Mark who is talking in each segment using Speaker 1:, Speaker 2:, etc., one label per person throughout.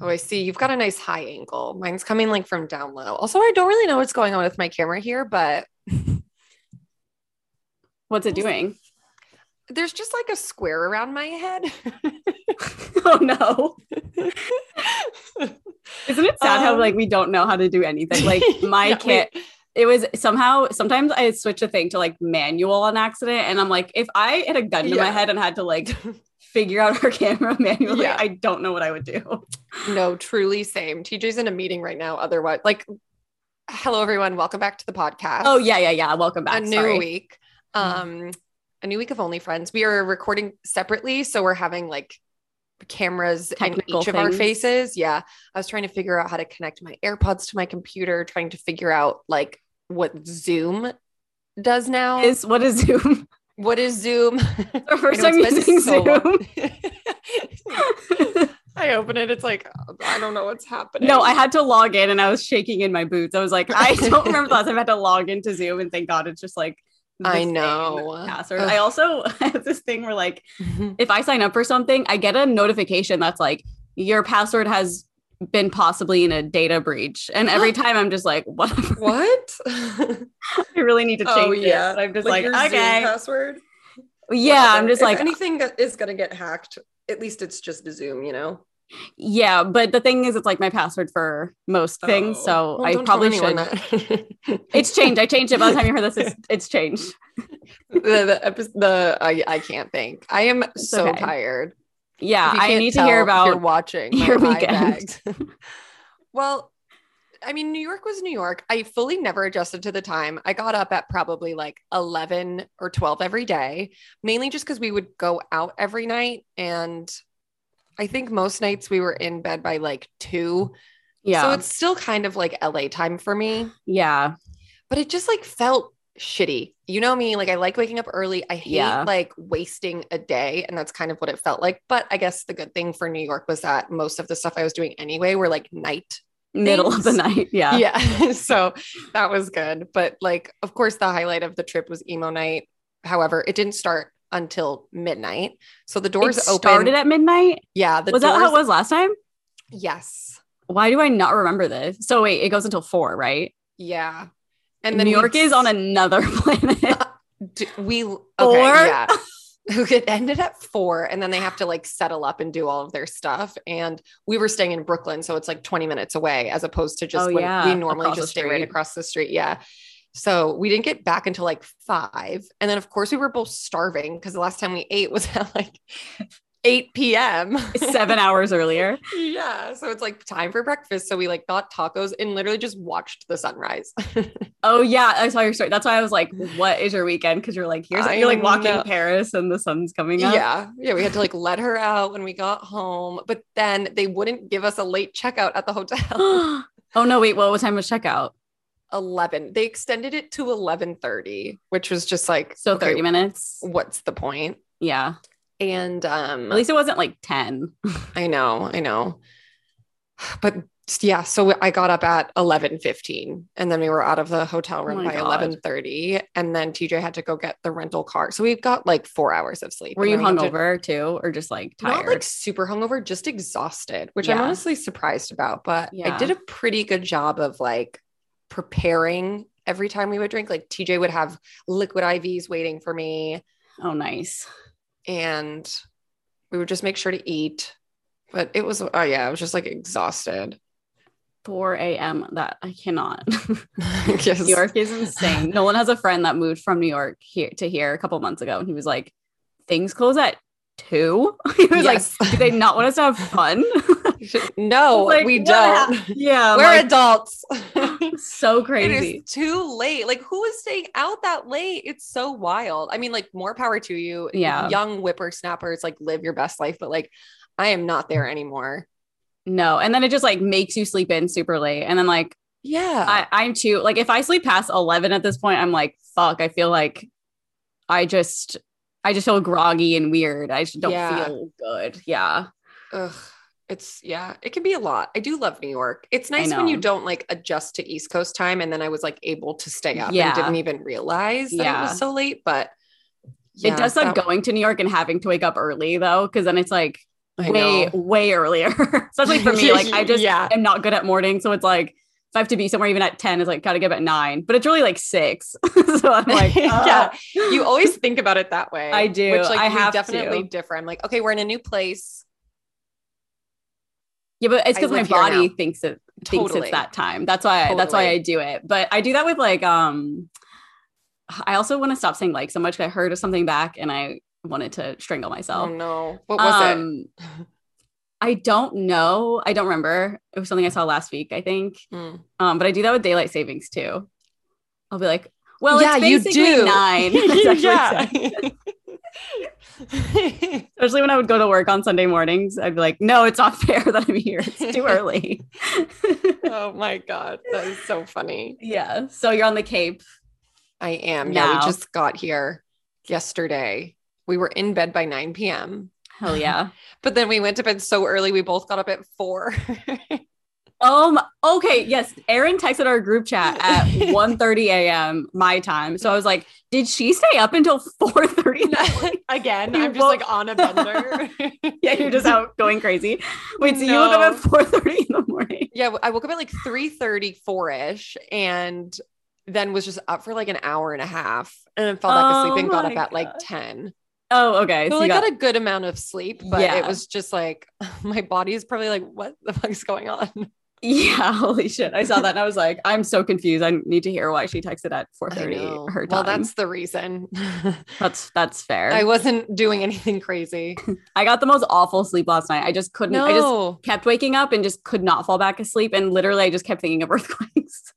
Speaker 1: Oh, I see. You've got a nice high angle. Mine's coming like from down low. Also, I don't really know what's going on with my camera here, but
Speaker 2: What's it doing?
Speaker 1: there's just like a square around my head.
Speaker 2: oh no. Isn't it sad how
Speaker 1: Um,
Speaker 2: like we don't know how to do anything? Like my
Speaker 1: Yeah,
Speaker 2: kit it was somehow sometimes I switch a thing to like manual on accident and I'm like, if I had a gun to my
Speaker 1: Yeah.
Speaker 2: head and had to like figure out our camera manually,
Speaker 1: Yeah.
Speaker 2: I don't know what I would do.
Speaker 1: No, truly same. TJ's in a meeting right now. Otherwise, like, hello everyone, welcome back to the podcast.
Speaker 2: Oh yeah, yeah, yeah. Welcome back.
Speaker 1: a new
Speaker 2: Sorry. Mm-hmm.
Speaker 1: week. Um, a new week of Only Friends. We are recording separately, so we're having like cameras
Speaker 2: Technical
Speaker 1: in each of our
Speaker 2: things.
Speaker 1: faces. Yeah, I was trying to figure out how to connect my AirPods to my computer, trying to figure out like what Zoom does now.
Speaker 2: Is what is Zoom?
Speaker 1: what is Zoom?
Speaker 2: the first
Speaker 1: I
Speaker 2: time
Speaker 1: know it's been
Speaker 2: using
Speaker 1: so long.
Speaker 2: Zoom.
Speaker 1: I open it. It's like I don't know what's happening.
Speaker 2: no, I had to log in and I was shaking in my boots. I was like, I don't remember the last time I had to log into Zoom and thank God it's just like the
Speaker 1: I
Speaker 2: same
Speaker 1: know.
Speaker 2: Password.
Speaker 1: Ugh.
Speaker 2: I also have this thing where like if I sign up for something, I get a notification that's like, your password has been possibly in a data breach. And every time I'm just like, what?
Speaker 1: what?
Speaker 2: I really need to change
Speaker 3: Oh, yeah.
Speaker 2: it. But I'm just like,
Speaker 3: your Zoom
Speaker 2: okay.
Speaker 3: password.
Speaker 2: Yeah. I'm
Speaker 3: Whatever.
Speaker 2: just
Speaker 3: If
Speaker 2: like,
Speaker 3: anything that is gonna get hacked. At least it's just the Zoom, you know.
Speaker 2: yeah. But the thing is, it's like my password for most things.
Speaker 3: Oh.
Speaker 2: So
Speaker 1: Well,
Speaker 2: I
Speaker 1: don't tell
Speaker 2: probably
Speaker 1: anyone
Speaker 2: should.
Speaker 1: that.
Speaker 2: It's changed. I changed it. By the time you hear this, it's, it's changed.
Speaker 1: the the, epi- the I, I can't think. I am so
Speaker 2: okay.
Speaker 1: tired.
Speaker 2: Yeah.
Speaker 1: If you
Speaker 2: I
Speaker 1: can't
Speaker 2: need to hear
Speaker 1: tell, you're
Speaker 2: about.
Speaker 1: watching my
Speaker 2: your
Speaker 1: eye
Speaker 2: weekend.
Speaker 1: bags. well, I mean, New York was New York. I fully never adjusted to the time. I got up at probably like eleven or twelve every day, mainly just because we would go out every night, and I think most nights we were in bed by like two.
Speaker 2: Yeah.
Speaker 1: So it's still kind of like LA time for me
Speaker 2: yeah.
Speaker 1: but it just like felt shitty. You know me, like I like waking up early. I hate
Speaker 2: Yeah.
Speaker 1: like wasting a day. And that's kind of what it felt like. But I guess the good thing for New York was that most of the stuff I was doing anyway were like night.
Speaker 2: Middle of the
Speaker 1: Things.
Speaker 2: night. Yeah.
Speaker 1: Yeah. so that was good. But like, of course, the highlight of the trip was emo night. However, it didn't start until midnight. So the doors
Speaker 2: It
Speaker 1: opened.
Speaker 2: started at midnight.
Speaker 1: yeah. The
Speaker 2: was
Speaker 1: doors,
Speaker 2: that how it was last time?
Speaker 1: Yes.
Speaker 2: Why do I not remember this? So wait, it goes until four, right?
Speaker 1: Yeah.
Speaker 2: And New
Speaker 1: we'd
Speaker 2: York is on another planet.
Speaker 1: D- we okay,
Speaker 2: Four?
Speaker 1: yeah. it ended at four, and then they have to like settle up and do all of their stuff. And we were staying in Brooklyn, so it's like 20 minutes away, as opposed to just
Speaker 2: Oh,
Speaker 1: when
Speaker 2: yeah,
Speaker 1: we normally
Speaker 2: across the
Speaker 1: just stay right
Speaker 2: street.
Speaker 1: across the street. Yeah. So we didn't get back until like five, and then of course we were both starving because the last time we ate was at like 8 p.m.
Speaker 2: Seven hours earlier.
Speaker 1: yeah, so it's like time for breakfast. So we like got tacos and literally just watched the sunrise.
Speaker 2: Oh yeah, I saw your story. That's why I was like, "What is your weekend?" Because you're like, "Here's
Speaker 1: I
Speaker 2: you're like walking
Speaker 1: know.
Speaker 2: Paris and the sun's coming up."
Speaker 1: Yeah. Yeah. We had to like let her out when we got home, but then they wouldn't give us a late checkout at the hotel.
Speaker 2: oh no, wait. Well, what time was checkout?
Speaker 1: 11. They extended it to 11:30, which was just like
Speaker 2: So
Speaker 1: okay,
Speaker 2: thirty minutes.
Speaker 1: What's the point?
Speaker 2: Yeah.
Speaker 1: And um
Speaker 2: At least it wasn't like ten.
Speaker 1: I know, I know. But yeah, so I got up at 11:15 and then we were out of the hotel room
Speaker 2: my
Speaker 1: by
Speaker 2: God.
Speaker 1: 11:30 and then TJ had to go get the rental car. So we've got like 4 hours of sleep.
Speaker 2: Were
Speaker 1: and
Speaker 2: you
Speaker 1: then we have to-
Speaker 2: hungover too, or just like tired?
Speaker 1: Not like super hungover, just exhausted, which I'm
Speaker 2: Yeah.
Speaker 1: honestly surprised about. But
Speaker 2: Yeah.
Speaker 1: I did a pretty good job of like preparing every time we would drink. Like TJ would have liquid IVs waiting for me,
Speaker 2: oh, nice.
Speaker 1: and we would just make sure to eat. But it was, oh yeah, I was just like exhausted.
Speaker 2: Four a.m. That I cannot.
Speaker 1: Yes.
Speaker 2: New York is insane. Nolan has a friend that moved from New York here to here a couple months ago, and he was like, "Things close at two? He was
Speaker 1: Yes.
Speaker 2: like, "Do they not want us to have fun?"
Speaker 1: no,
Speaker 2: Like,
Speaker 1: Oh, we
Speaker 2: what
Speaker 1: don't.
Speaker 2: yeah,
Speaker 1: We're adults.
Speaker 2: so
Speaker 1: It
Speaker 2: crazy.
Speaker 1: is too late. Like, who is staying out that late? It's so wild. I mean, like, more power to you.
Speaker 2: Yeah.
Speaker 1: Young whippersnappers, like, live your best life. But, like, I am not there anymore.
Speaker 2: No, and then it just like makes you sleep in super late, and then like
Speaker 1: Yeah.
Speaker 2: I, I'm too like if I sleep past eleven at this point, I'm like, fuck. I feel like I just. I just feel groggy and weird. I just don't
Speaker 1: Yeah.
Speaker 2: feel good. Yeah.
Speaker 1: Ugh. It's, yeah, it can be a lot. I do love New York. It's nice when
Speaker 2: know.
Speaker 1: you don't, like, adjust to East Coast time. And then I was, like, able to stay up
Speaker 2: Yeah.
Speaker 1: and didn't even realize that it
Speaker 2: Yeah.
Speaker 1: was so late. But
Speaker 2: it does suck
Speaker 1: that-
Speaker 2: going to New York and having to wake up early though, because then it's like
Speaker 1: I
Speaker 2: way,
Speaker 1: know.
Speaker 2: way earlier. Especially for me, like I just
Speaker 1: Yeah.
Speaker 2: am not good at morning. So it's like if I have to be somewhere even at 10, it's like gotta get up at nine. But it's really like six. so I'm like,
Speaker 1: Yeah.
Speaker 2: ah.
Speaker 1: You always think about it that way.
Speaker 2: I do.
Speaker 1: Which like
Speaker 2: I
Speaker 1: we
Speaker 2: have
Speaker 1: definitely
Speaker 2: to.
Speaker 1: differ. I'm like, okay, we're in a new place.
Speaker 2: Yeah, but it's
Speaker 1: I
Speaker 2: because my
Speaker 1: live here now.
Speaker 2: body thinks it thinks
Speaker 1: Totally.
Speaker 2: it's that time. That's why that's why
Speaker 1: Totally.
Speaker 2: I do it. But I do that with like um I also want to stop saying like so much 'cause I heard something back and I wanted to strangle
Speaker 1: Oh
Speaker 2: myself. Um,
Speaker 1: no. What was it?
Speaker 2: I don't know. I don't remember. It was something I saw last week, I think.
Speaker 1: Mm.
Speaker 2: Um, but I do that with daylight savings too. I'll be like, well,
Speaker 1: yeah,
Speaker 2: it's
Speaker 1: you
Speaker 2: basically
Speaker 1: do.
Speaker 2: nine. That's actually sad. Especially when I would go to work on Sunday mornings, I'd be like, no, it's not fair that I'm here. It's too early.
Speaker 1: oh my god, that is so funny.
Speaker 2: yeah. So you're on the Cape.
Speaker 1: I am. Yeah, we
Speaker 2: Now.
Speaker 1: just got here yesterday. We were in bed by 9 p.m.
Speaker 2: Hell yeah.
Speaker 1: But then we went to bed so early we both got up at four.
Speaker 2: Um, okay, yes. Erin texted our group chat at 1 a.m. my time. So I was like, did she stay up until 4 30?
Speaker 1: Again,
Speaker 2: You
Speaker 1: I'm just
Speaker 2: both-
Speaker 1: like on a bender.
Speaker 2: Yeah, you're just out going crazy. Wait, so you woke up at 4 30 in the morning.
Speaker 1: yeah, I woke up at like 3 34 ish and then was just up for like an hour and a half and then fell back asleep
Speaker 2: Oh
Speaker 1: and got
Speaker 2: my
Speaker 1: up at like
Speaker 2: God.
Speaker 1: 10.
Speaker 2: Oh, okay.
Speaker 1: So
Speaker 2: you
Speaker 1: I
Speaker 2: got-
Speaker 1: got, a good amount of sleep, but it
Speaker 2: Yeah.
Speaker 1: was just like my body is probably like, what the fuck's going on?
Speaker 2: Yeah, holy shit. I saw that and I was like, I'm so confused. I need to hear why she texted at
Speaker 1: I know.
Speaker 2: 4:30 her time.
Speaker 1: Well, that's the reason.
Speaker 2: that's that's fair.
Speaker 1: I
Speaker 2: I,
Speaker 1: wasn't doing anything crazy.
Speaker 2: got the most awful sleep last night. I just couldn't I just
Speaker 1: No.
Speaker 2: kept waking up and just could not fall back asleep and literally I just kept thinking of earthquakes.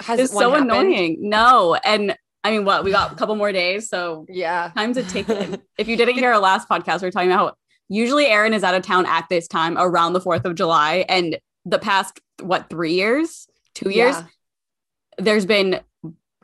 Speaker 1: Has
Speaker 2: It's
Speaker 1: one
Speaker 2: so
Speaker 1: happened?
Speaker 2: annoying. No, and I mean, what? We got a couple more days, so
Speaker 1: Yeah.
Speaker 2: time's a ticket. if you didn't hear our last podcast, we are talking about how usually Erin is out of town at this time around the 4th of July and the past what, 3 years? 2 years?
Speaker 1: Yeah.
Speaker 2: there's been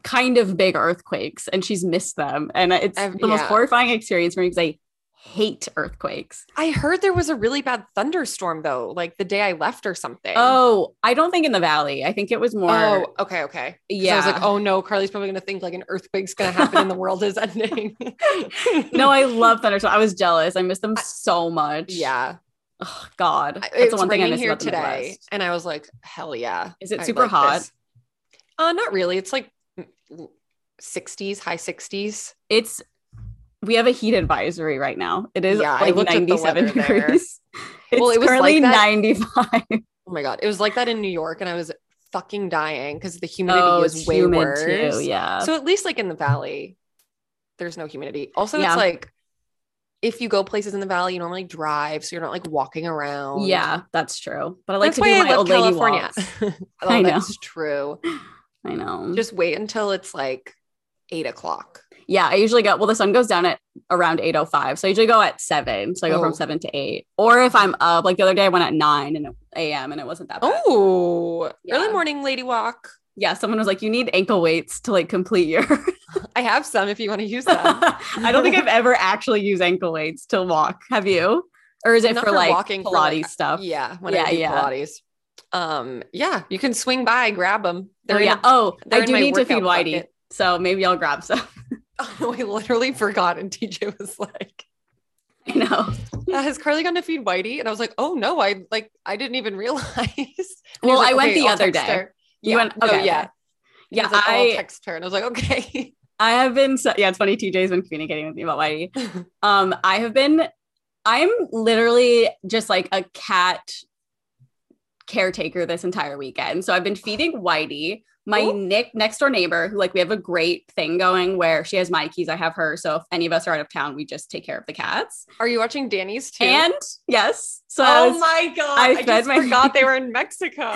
Speaker 2: kind of big earthquakes and she's missed them. And it's
Speaker 1: I've-
Speaker 2: the most
Speaker 1: yeah.
Speaker 2: horrifying experience for me because I hate earthquakes.
Speaker 1: I heard there was a really bad thunderstorm though, like the day I left or something.
Speaker 2: Oh, I don't think in the valley. I think it was more.
Speaker 1: Oh, okay, okay. 'Cause
Speaker 2: yeah.
Speaker 1: I was like, oh no, Carly's probably gonna think like an earthquake's gonna happen and the world is ending.
Speaker 2: no, I love thunderstorms. I was jealous. I miss them so much.
Speaker 1: yeah.
Speaker 2: Oh, God. That's
Speaker 1: it's
Speaker 2: the one thing I
Speaker 1: raining
Speaker 2: miss
Speaker 1: here
Speaker 2: about the
Speaker 1: today.
Speaker 2: Midwest.
Speaker 1: And I was like, hell yeah.
Speaker 2: Is it
Speaker 1: I
Speaker 2: super
Speaker 1: like
Speaker 2: hot?
Speaker 1: this. Uh not really. It's like sixties, high sixties.
Speaker 2: It's we have a heat advisory right now. It is
Speaker 1: Yeah, I
Speaker 2: like
Speaker 1: looked at the weather
Speaker 2: 97
Speaker 1: there.
Speaker 2: degrees. It's
Speaker 1: Well, it was
Speaker 2: currently
Speaker 1: like that-
Speaker 2: 95.
Speaker 1: Oh my god. It was like that in New York and I was fucking dying because the humidity is Oh,
Speaker 2: it's
Speaker 1: way
Speaker 2: humid
Speaker 1: worse.
Speaker 2: Yeah.
Speaker 1: So at least like in the valley, there's no humidity. Also,
Speaker 2: Yeah.
Speaker 1: it's like if you go places in the valley, you normally drive, so you're not like walking around.
Speaker 2: Yeah, that's true. But I like
Speaker 1: Oh, That's
Speaker 2: to do
Speaker 1: why I
Speaker 2: my
Speaker 1: love
Speaker 2: old lady
Speaker 1: California.
Speaker 2: walks.
Speaker 1: oh,
Speaker 2: I know.
Speaker 1: that's true.
Speaker 2: I know.
Speaker 1: Just wait until it's like eight o'clock.
Speaker 2: yeah, I usually go. Well, the sun goes down at around eight oh five, so I usually go at seven. So I go
Speaker 1: Oh.
Speaker 2: from seven to eight. Or if I'm up, like the other day, I went at nine and a.m. and it wasn't that bad.
Speaker 1: Oh, early
Speaker 2: Yeah.
Speaker 1: morning lady walk.
Speaker 2: Yeah, someone was like, "You need ankle weights to like complete your."
Speaker 1: I have some if you want to use them.
Speaker 2: I don't think I've ever actually used ankle weights to walk. Have you? Or is it
Speaker 1: Not
Speaker 2: for
Speaker 1: for
Speaker 2: like
Speaker 1: walking,
Speaker 2: Pilates
Speaker 1: for, like,
Speaker 2: stuff?
Speaker 1: yeah, when
Speaker 2: Yeah,
Speaker 1: I do
Speaker 2: yeah.
Speaker 1: Pilates. Um, yeah, you can swing by, grab them.
Speaker 2: Oh, yeah. oh,
Speaker 1: they're
Speaker 2: I
Speaker 1: in
Speaker 2: do
Speaker 1: my
Speaker 2: need to feed
Speaker 1: workout
Speaker 2: Whitey,
Speaker 1: bucket.
Speaker 2: so maybe I'll grab some.
Speaker 1: oh no, I literally forgot, and TJ was like.
Speaker 2: I know.
Speaker 1: uh, has Carly gone to feed Whitey? And I was like, oh no, I like I didn't even realize. And he was
Speaker 2: Well,
Speaker 1: like,
Speaker 2: I went
Speaker 1: okay,
Speaker 2: the
Speaker 1: I'll
Speaker 2: other
Speaker 1: text
Speaker 2: day.
Speaker 1: her.
Speaker 2: You
Speaker 1: Yeah.
Speaker 2: went-
Speaker 1: oh,
Speaker 2: okay,
Speaker 1: yeah.
Speaker 2: okay.
Speaker 1: He
Speaker 2: Yeah,
Speaker 1: was like, oh, I'll
Speaker 2: I-
Speaker 1: text her, and I was like, okay.
Speaker 2: I have been so, yeah, it's funny TJ's been communicating with me about Whitey. Um I have been I'm literally just like a cat caretaker this entire weekend. So I've been feeding Whitey. My
Speaker 1: Ooh.
Speaker 2: Nick next door neighbor, who like we have a great thing going where she has my keys, I have her. So if any of us are out of town, we just take care of the cats.
Speaker 1: Are you watching Danny's too?
Speaker 2: And yes, so I
Speaker 1: oh
Speaker 2: was-
Speaker 1: my god,
Speaker 2: I
Speaker 1: I,
Speaker 2: fed
Speaker 1: just
Speaker 2: my-
Speaker 1: forgot they were in Mexico.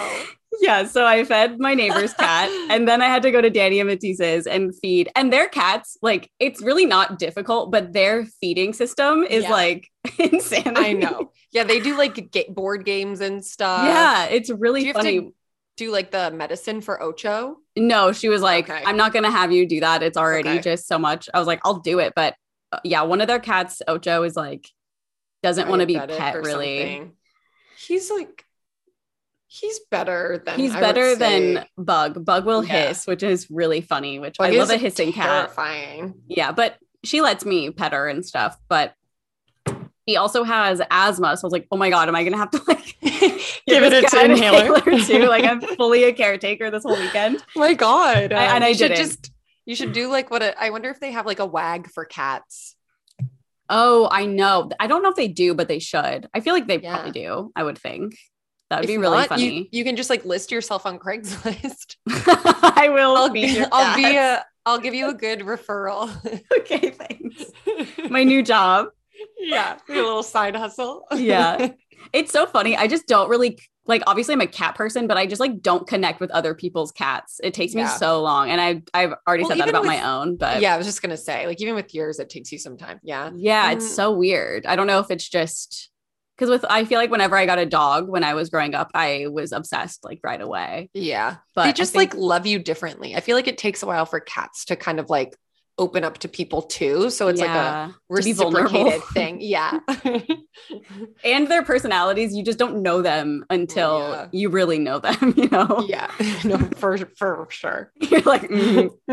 Speaker 2: yeah, so I fed my neighbor's cat, and then I had to go to Danny and Matisse's and feed. And their cats, like, it's really not difficult, but their feeding system is
Speaker 1: Yeah.
Speaker 2: like insanity.
Speaker 1: I know. Yeah, they do like ga- board games and stuff.
Speaker 2: yeah, it's
Speaker 1: Do you
Speaker 2: really
Speaker 1: have
Speaker 2: funny.
Speaker 1: to do like the medicine for Ocho?
Speaker 2: No, she was like,
Speaker 1: Okay.
Speaker 2: I'm not going to have you do that. It's already
Speaker 1: Okay.
Speaker 2: just so much. I was like, I'll do it. But uh, yeah, one of their cats, Ocho, is like, doesn't want to be
Speaker 1: Diabetic
Speaker 2: pet
Speaker 1: or
Speaker 2: really.
Speaker 1: something. He's like, he's better than
Speaker 2: He's
Speaker 1: I would
Speaker 2: better than
Speaker 1: say.
Speaker 2: Bug. Bug will
Speaker 1: Yeah.
Speaker 2: hiss, which is really funny, which
Speaker 1: Like,
Speaker 2: Oh, I love
Speaker 1: it's
Speaker 2: a hissing cat.
Speaker 1: Terrifying.
Speaker 2: Yeah, but she lets me pet her and stuff. But He also has asthma. So I was like, oh my God, am I going to have to like
Speaker 1: Give it
Speaker 2: this
Speaker 1: its
Speaker 2: guy an
Speaker 1: inhaler.
Speaker 2: too? Like I'm fully a caretaker this whole weekend.
Speaker 1: My God.
Speaker 2: I- Oh and
Speaker 1: Um,
Speaker 2: I
Speaker 1: you should
Speaker 2: didn't.
Speaker 1: just you should do like what a, I wonder if they have like a wag for cats.
Speaker 2: Oh, I know. I don't know if they do, but they should. I feel like they
Speaker 1: Yeah.
Speaker 2: probably do. I would think. That would
Speaker 1: If
Speaker 2: be really
Speaker 1: not, you-
Speaker 2: funny.
Speaker 1: You, can just like list yourself on Craigslist.
Speaker 2: I will.
Speaker 1: I'll,
Speaker 2: be your
Speaker 1: I'll be
Speaker 2: cat.
Speaker 1: a I'll give you a good referral.
Speaker 2: okay, thanks. My new job.
Speaker 1: yeah, be a little side hustle.
Speaker 2: Yeah. It's so funny. I just don't really like obviously I'm a cat person, but I just like don't connect with other people's cats. It takes me
Speaker 1: Yeah.
Speaker 2: so long. And I I've already
Speaker 1: Well,
Speaker 2: said that
Speaker 1: even
Speaker 2: about
Speaker 1: with-
Speaker 2: my own, but
Speaker 1: yeah, I was just gonna say, like even with yours, it takes you some time. Yeah.
Speaker 2: yeah, it's
Speaker 1: Mhm.
Speaker 2: so weird. I don't know if it's just because with I feel like whenever I got a dog when I was growing up, I was obsessed like right away.
Speaker 1: Yeah.
Speaker 2: But
Speaker 1: they just like love you differently. I feel like it takes a while for cats to kind of like open up to people too. So it's like a
Speaker 2: to be vulnerable.
Speaker 1: reciprocated thing. Yeah.
Speaker 2: and their personalities, you just don't know them until
Speaker 1: Yeah.
Speaker 2: you really know them, you know?
Speaker 1: yeah. No, for for sure.
Speaker 2: You're like,
Speaker 1: Mm-hmm.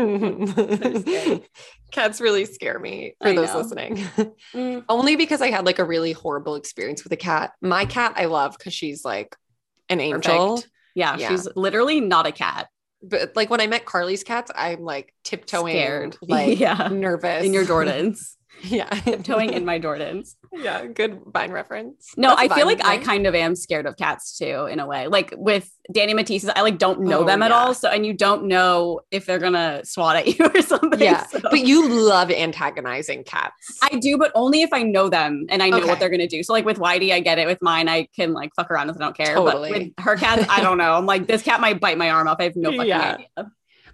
Speaker 2: mm, scary.
Speaker 1: Cats really scare me for
Speaker 2: I
Speaker 1: those
Speaker 2: know.
Speaker 1: listening.
Speaker 2: mm,
Speaker 1: Only because I had like a really horrible experience with a cat. My cat I love because she's like an angel.
Speaker 2: perfect. Yeah,
Speaker 1: Yeah.
Speaker 2: she's literally not a cat.
Speaker 1: But like when I met Carly's cats, I'm like tiptoeing,
Speaker 2: Scared.
Speaker 1: like
Speaker 2: yeah.
Speaker 1: nervous
Speaker 2: in your Jordans,
Speaker 1: yeah,
Speaker 2: towing in my Jordans.
Speaker 1: Yeah, good Vine reference.
Speaker 2: No,
Speaker 1: That's eh? a
Speaker 2: I feel
Speaker 1: Vine
Speaker 2: like I
Speaker 1: thing.
Speaker 2: kind of am scared of cats too, in a way. Like with Danny Matisse's, I like don't know
Speaker 1: Oh,
Speaker 2: them at
Speaker 1: yeah.
Speaker 2: all. So, and you don't know if they're gonna swat at you or something.
Speaker 1: Yeah,
Speaker 2: so-
Speaker 1: but you love antagonizing cats.
Speaker 2: I do, but only if I know them and I know
Speaker 1: Okay.
Speaker 2: what they're gonna do. So, like with Whitey, I get it. With mine, I can like fuck around with. I don't care.
Speaker 1: Totally.
Speaker 2: But with her cats, I don't know. I'm like, this cat might bite my arm off. I have no fucking
Speaker 1: Yeah.
Speaker 2: idea.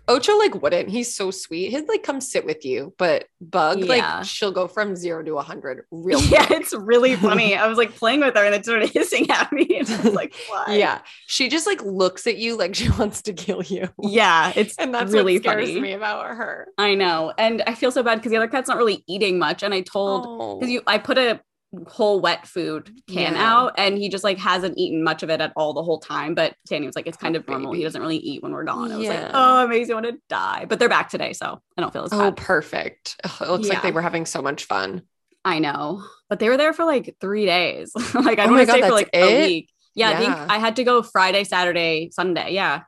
Speaker 1: Ocho like wouldn't. He's so sweet. He'd like come sit with you, but Bug
Speaker 2: Yeah.
Speaker 1: like she'll go from zero to a hundred real
Speaker 2: Yeah,
Speaker 1: quick.
Speaker 2: it's really funny. I was like playing with her and it started hissing at me. And I was like, why?
Speaker 1: Yeah, she just like looks at you like she wants to kill you,
Speaker 2: Yeah. It's
Speaker 1: and that's
Speaker 2: really
Speaker 1: what scares
Speaker 2: funny.
Speaker 1: me about her.
Speaker 2: I know. And I feel so bad because the other cat's not really eating much. And I told
Speaker 1: Oh.
Speaker 2: because you I put a whole wet food can
Speaker 1: Yeah.
Speaker 2: out and he just like hasn't eaten much of it at all the whole time. But Danny was like, it's kind
Speaker 1: Poor
Speaker 2: of normal. He
Speaker 1: baby.
Speaker 2: doesn't really eat when we're gone. I was
Speaker 1: Yeah.
Speaker 2: like, oh, it makes me want to die. But they're back today, so I don't feel as
Speaker 1: oh,
Speaker 2: bad.
Speaker 1: perfect. Ugh, it looks like
Speaker 2: Yeah.
Speaker 1: they were having so much fun.
Speaker 2: I know. But they were there for like three days. like I
Speaker 1: Oh my
Speaker 2: don't want to
Speaker 1: God,
Speaker 2: stay for
Speaker 1: that's
Speaker 2: like
Speaker 1: it?
Speaker 2: a week. Yeah, I
Speaker 1: Yeah.
Speaker 2: think I had to go Friday, Saturday, Sunday. Yeah.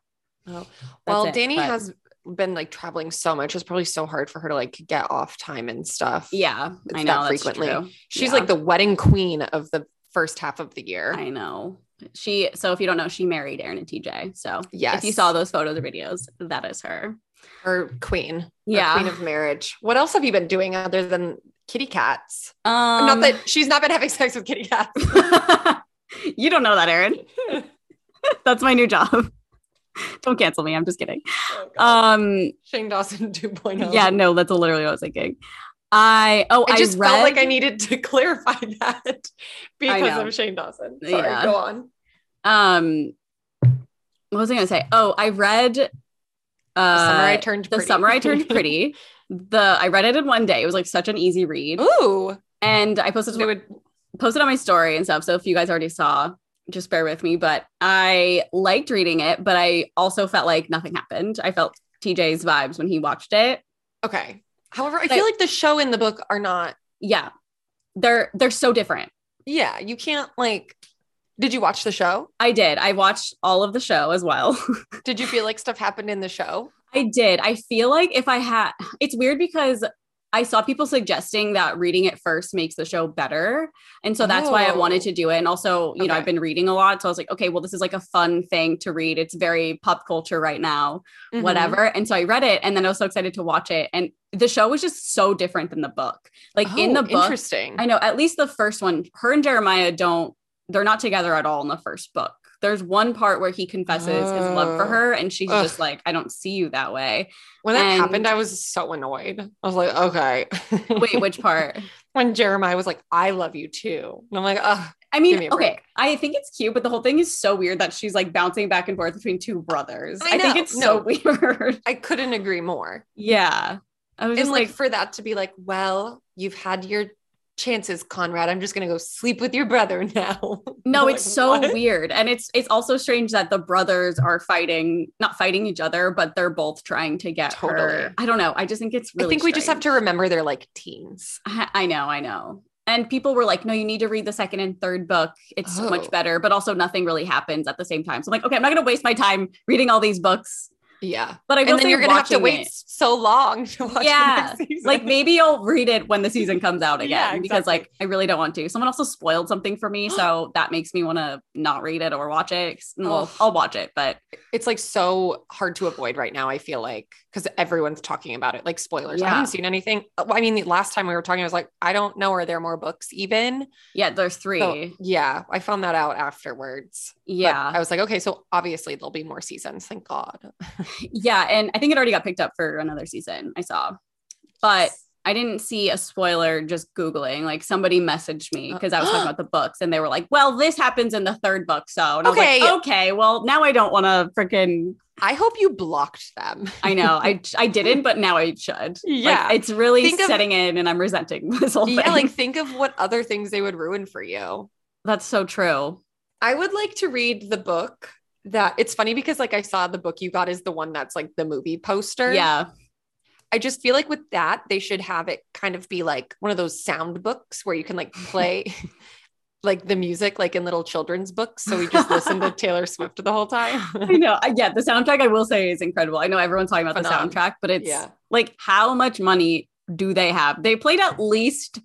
Speaker 1: Oh.
Speaker 2: That's
Speaker 1: well,
Speaker 2: it,
Speaker 1: Danny
Speaker 2: but-
Speaker 1: has been like traveling so much. It's probably so hard for her to like get off time and stuff.
Speaker 2: Yeah, I
Speaker 1: It's
Speaker 2: know
Speaker 1: that
Speaker 2: that's
Speaker 1: frequently.
Speaker 2: true.
Speaker 1: She's
Speaker 2: Yeah.
Speaker 1: like the wedding queen of the first half of the year.
Speaker 2: I know. She so if you don't know, she married Aaron and TJ. So
Speaker 1: Yes.
Speaker 2: if you saw those photos or videos, that is her.
Speaker 1: Her queen. her
Speaker 2: Yeah.
Speaker 1: queen of marriage. What else have you been doing other than kitty cats?
Speaker 2: Um,
Speaker 1: not that she's not been having sex with kitty cats.
Speaker 2: you don't know that, Aaron. That's my new job. don't cancel me. I'm just kidding.
Speaker 1: Oh, God.
Speaker 2: Um,
Speaker 1: Shane Dawson 2.0.
Speaker 2: yeah, no, that's literally what I was thinking. I oh,
Speaker 1: I just
Speaker 2: read,
Speaker 1: felt like I needed to clarify that because
Speaker 2: know.
Speaker 1: of Shane Dawson. Sorry,
Speaker 2: Yeah.
Speaker 1: go on.
Speaker 2: um, what was I gonna say? Oh, I read.
Speaker 1: The
Speaker 2: Uh,
Speaker 1: summer I turned
Speaker 2: the
Speaker 1: pretty.
Speaker 2: summer I turned pretty. The I read it in one day. It was like such an easy read,
Speaker 1: Ooh.
Speaker 2: and I posted
Speaker 1: It would
Speaker 2: posted on my story and stuff. So if you guys already saw, just bear with me. But I liked reading it, but I also felt like nothing happened. I felt TJ's vibes when he watched it.
Speaker 1: Okay. However, I
Speaker 2: But-
Speaker 1: feel like the show and the book are not.
Speaker 2: Yeah. They're they're so different.
Speaker 1: Yeah, you can't like. Did you watch the show?
Speaker 2: I did. I watched all of the show as well.
Speaker 1: Did you feel like stuff happened in the show?
Speaker 2: I did. I feel like if I had it's weird because I saw people suggesting that reading it first makes the show better. And so that's why I wanted
Speaker 1: Oh.
Speaker 2: to do it. And also, you know,
Speaker 1: Okay.
Speaker 2: I've been reading a lot. So I was like, okay, well, this is like a fun thing to read. It's very pop culture right now.
Speaker 1: Mm-hmm.
Speaker 2: whatever. And so I read it and then I was so excited to watch it. And the show was just so different than the book. Like in
Speaker 1: Oh,
Speaker 2: the book,
Speaker 1: interesting.
Speaker 2: I know at least the first one, her and Jeremiah don't, they're not together at all in the first book. There's one part where he confesses his love for
Speaker 1: Oh.
Speaker 2: her and she's
Speaker 1: Ugh.
Speaker 2: just like, I don't see you that way.
Speaker 1: when that
Speaker 2: and-
Speaker 1: happened, I was so annoyed. I was like, okay.
Speaker 2: Wait, which part?
Speaker 1: when Jeremiah was like, "I love you too," and I'm like, "Ugh,
Speaker 2: I
Speaker 1: Give me
Speaker 2: mean,
Speaker 1: a break.
Speaker 2: okay, I think it's cute, but the whole thing is so weird that she's like bouncing back and forth between two brothers.
Speaker 1: I
Speaker 2: I, think
Speaker 1: know.
Speaker 2: it's so weird.
Speaker 1: I couldn't agree more."
Speaker 2: yeah. I was
Speaker 1: And
Speaker 2: just
Speaker 1: like,
Speaker 2: like
Speaker 1: for that to be like, "Well, you've had your chances, Conrad. I'm just gonna go sleep with your brother now."
Speaker 2: No,
Speaker 1: Like,
Speaker 2: it's so
Speaker 1: what?
Speaker 2: weird. And it's it's also strange that the brothers are fighting, not fighting each other, but they're both trying to get
Speaker 1: Totally.
Speaker 2: her. I don't know. I just think it's really
Speaker 1: I think we just have to remember they're like teens.
Speaker 2: I I know, I know. And people were like, no, you need to read the second and third book. It's so
Speaker 1: Oh.
Speaker 2: much better. But also, nothing really happens at the same time. So I'm like, okay, I'm not going to waste my time reading all these books.
Speaker 1: Yeah.
Speaker 2: But I will
Speaker 1: and then
Speaker 2: say
Speaker 1: you're gonna have to
Speaker 2: watching
Speaker 1: wait
Speaker 2: it.
Speaker 1: so long to watch
Speaker 2: Yeah,
Speaker 1: the next season.
Speaker 2: Like maybe I'll read it when the season comes out again
Speaker 1: Yeah,
Speaker 2: because
Speaker 1: exactly.
Speaker 2: like I really don't want to. Someone also spoiled something for me, so that makes me want to not read it or watch it. Well,
Speaker 1: Ugh.
Speaker 2: I'll watch it, but
Speaker 1: it's like so hard to avoid right now. I feel like because everyone's talking about it, like spoilers. I
Speaker 2: Yeah.
Speaker 1: haven't seen anything. Uh, Well, I mean, the last time we were talking, I was like, I don't know, are there more books even?
Speaker 2: yeah, there's three.
Speaker 1: So, yeah, I found that out afterwards. But
Speaker 2: yeah,
Speaker 1: I was like, okay, so obviously there'll be more seasons. Thank God.
Speaker 2: yeah, and I think it already got picked up for another season. I saw, but I didn't see a spoiler. Just googling, like somebody messaged me because I was talking about the books, and they were like, "Well, this happens in the third book." So, and I was
Speaker 1: Okay.
Speaker 2: like, "Okay, well, now I don't want to freaking."
Speaker 1: I hope you blocked them.
Speaker 2: I know I I didn't, but now I should. Like,
Speaker 1: Yeah.
Speaker 2: it's really
Speaker 1: Think of-
Speaker 2: setting in, and I'm resenting this whole
Speaker 1: yeah,
Speaker 2: thing.
Speaker 1: like think of what other things they would ruin for you.
Speaker 2: That's so true.
Speaker 1: I would like to read the book that it's funny because like I saw the book you got is the one that's like the movie poster.
Speaker 2: Yeah,
Speaker 1: I just feel like with that, they should have it kind of be like one of those sound books where you can like play like the music like in little children's books. So we just listen to Taylor Swift the whole
Speaker 2: I
Speaker 1: time.
Speaker 2: know. I, yeah, the soundtrack I will say is incredible. I know everyone's talking about
Speaker 1: Phenomenal.
Speaker 2: the soundtrack, but it's
Speaker 1: Yeah.
Speaker 2: like how much money do they have? They played at least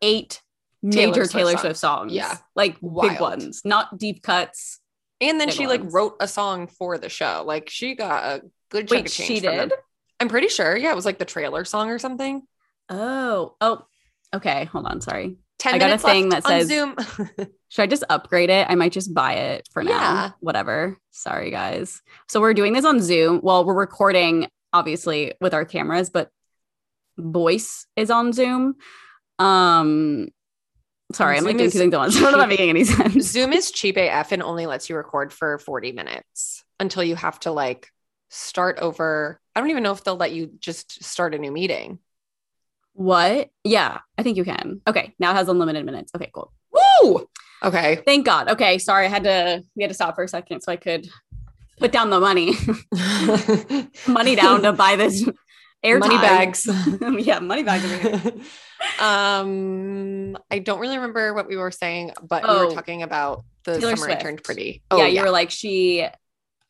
Speaker 2: eight
Speaker 1: Taylor
Speaker 2: major
Speaker 1: Swift
Speaker 2: Taylor
Speaker 1: songs.
Speaker 2: Swift songs.
Speaker 1: Yeah.
Speaker 2: like
Speaker 1: Wild.
Speaker 2: big ones, not deep cuts.
Speaker 1: And then
Speaker 2: Big
Speaker 1: she like
Speaker 2: ones.
Speaker 1: wrote a song for the show. Like she got a good chunk
Speaker 2: Wait,
Speaker 1: of change.
Speaker 2: she
Speaker 1: from them.
Speaker 2: did?
Speaker 1: I'm pretty sure. Yeah, it was like the trailer song or something.
Speaker 2: Oh, oh, okay. Hold on. Sorry.
Speaker 1: Ten
Speaker 2: I got a
Speaker 1: minutes
Speaker 2: thing
Speaker 1: left
Speaker 2: that
Speaker 1: on
Speaker 2: says-
Speaker 1: Zoom.
Speaker 2: Should I just upgrade it? I might just buy it for
Speaker 1: Yeah.
Speaker 2: now. Whatever. Sorry, guys. So we're doing this on Zoom. Well, we're recording obviously with our cameras, but voice is on Zoom. Um, sorry, I'm
Speaker 1: Zoom
Speaker 2: like doing
Speaker 1: is
Speaker 2: two things at once. I don't know if I'm making any sense.
Speaker 1: Zoom is cheap AF and only lets you record for 40 minutes until you have to like start over. I don't even know if they'll let you just start a new meeting.
Speaker 2: What? Yeah, I think you can. Okay, now it has unlimited minutes. Okay, cool.
Speaker 1: Woo! Okay.
Speaker 2: Thank God. Okay, sorry, I had to we had to stop for a second so I could put down the money, money down to buy this air
Speaker 1: Money
Speaker 2: time.
Speaker 1: bags.
Speaker 2: yeah, money bags. over here.
Speaker 1: um, I don't really remember what we were saying, but we were
Speaker 2: Oh.
Speaker 1: talking about the
Speaker 2: Taylor
Speaker 1: summer I
Speaker 2: Swift.
Speaker 1: turned pretty. Oh,
Speaker 2: yeah, you were like she.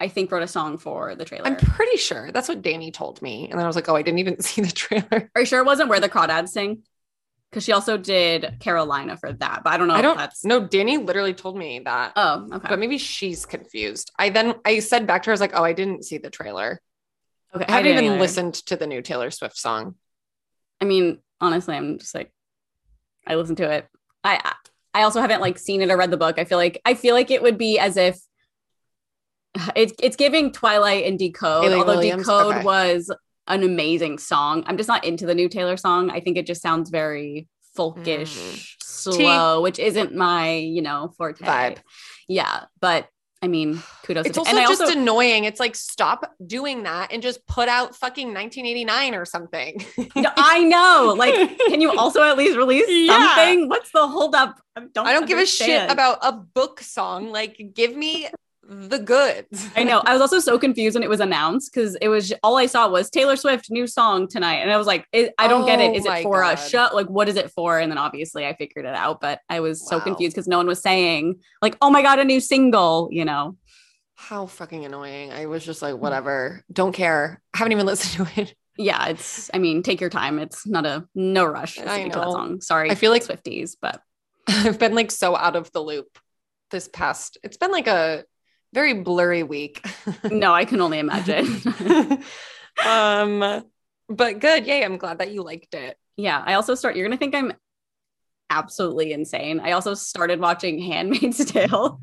Speaker 2: I think wrote a song for the trailer.
Speaker 1: I'm pretty sure that's what Danny told me. And then I was like, oh, I didn't even see the trailer.
Speaker 2: Are you sure it wasn't where the crawdads sing? Because she also did Carolina for that, but I don't know.
Speaker 1: I
Speaker 2: if
Speaker 1: don't
Speaker 2: Oh, That's...
Speaker 1: No, Danny literally told me that.
Speaker 2: Oh, okay.
Speaker 1: but maybe she's confused. I then I said back to her, I was like, oh, I didn't see the trailer.
Speaker 2: okay.
Speaker 1: I haven't
Speaker 2: didn't
Speaker 1: even
Speaker 2: either.
Speaker 1: listened to the new Taylor Swift song.
Speaker 2: I mean, honestly, I'm just like, I listen to it. I I I also haven't like seen it or read the book. I feel like I feel like it would be as if it's it's giving Twilight and Decode.
Speaker 1: Hayley
Speaker 2: although
Speaker 1: Williams?
Speaker 2: Decode
Speaker 1: Okay.
Speaker 2: was an amazing song, I'm just not into the new Taylor song. I think it just sounds very folkish,
Speaker 1: Mm.
Speaker 2: slow, which isn't my you know forte
Speaker 1: Vibe.
Speaker 2: Yeah, but I mean, kudos.
Speaker 1: It's
Speaker 2: to-
Speaker 1: also
Speaker 2: and I
Speaker 1: just annoying. It's like stop doing that and just put out fucking 1989 or something.
Speaker 2: No, I know. Like, can you also at least release
Speaker 1: Yeah.
Speaker 2: something? What's the holdup? I don't,
Speaker 1: I don't give a shit
Speaker 2: understand.
Speaker 1: about a book song. Like, give me the goods.
Speaker 2: I know. I was also so confused when it was announced because it was all I saw was Taylor Swift new song tonight, and I was like, I I don't get
Speaker 1: Oh
Speaker 2: it. Is
Speaker 1: my
Speaker 2: it for
Speaker 1: God.
Speaker 2: a shut? Like, what is it for? And then obviously I figured it out, but I was so
Speaker 1: Wow.
Speaker 2: confused because no one was saying like, oh my god, a new single. You know,
Speaker 1: How fucking annoying. I was just like, whatever. Don't care. I haven't even listened to it.
Speaker 2: yeah. It's. I mean, take your time. It's not a no rush
Speaker 1: I
Speaker 2: listening to that
Speaker 1: know.
Speaker 2: song. Sorry,
Speaker 1: I feel like-
Speaker 2: Swifties, but
Speaker 1: I've been like so out of the loop this past, it's been like a very blurry week.
Speaker 2: no, I can only imagine.
Speaker 1: um, but good. Yay. I'm glad that you liked it.
Speaker 2: Yeah, I also start. You're gonna think I'm absolutely insane. I also started watching Handmaid's Tale.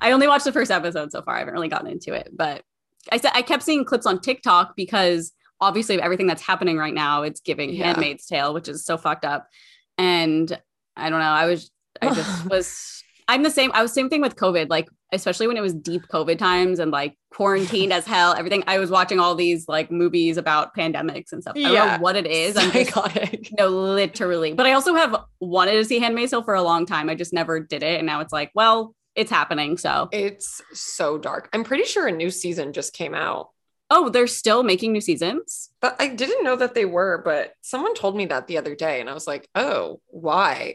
Speaker 2: I only watched the first episode so far. I haven't really gotten into it, but I said I kept seeing clips on TikTok because obviously of everything that's happening right now, it's giving
Speaker 1: Yeah.
Speaker 2: Handmaid's Tale, which is so fucked up. And I don't know. I was. I just was. I'm the same. I was same thing with COVID. Like especially when it was deep COVID times and like quarantined as hell. Everything. I was watching all these like movies about pandemics and stuff. I don't
Speaker 1: Yeah.
Speaker 2: know what it is. I'm just
Speaker 1: psychotic.
Speaker 2: no, literally. But I also have wanted to see Handmaid's Tale for a long time. I just never did it, and now it's like, well, it's happening. So
Speaker 1: It's so dark. I'm pretty sure a new season just came out.
Speaker 2: Oh, they're still making new seasons.
Speaker 1: But I didn't know that they were, but someone told me that the other day and I was like, oh, why?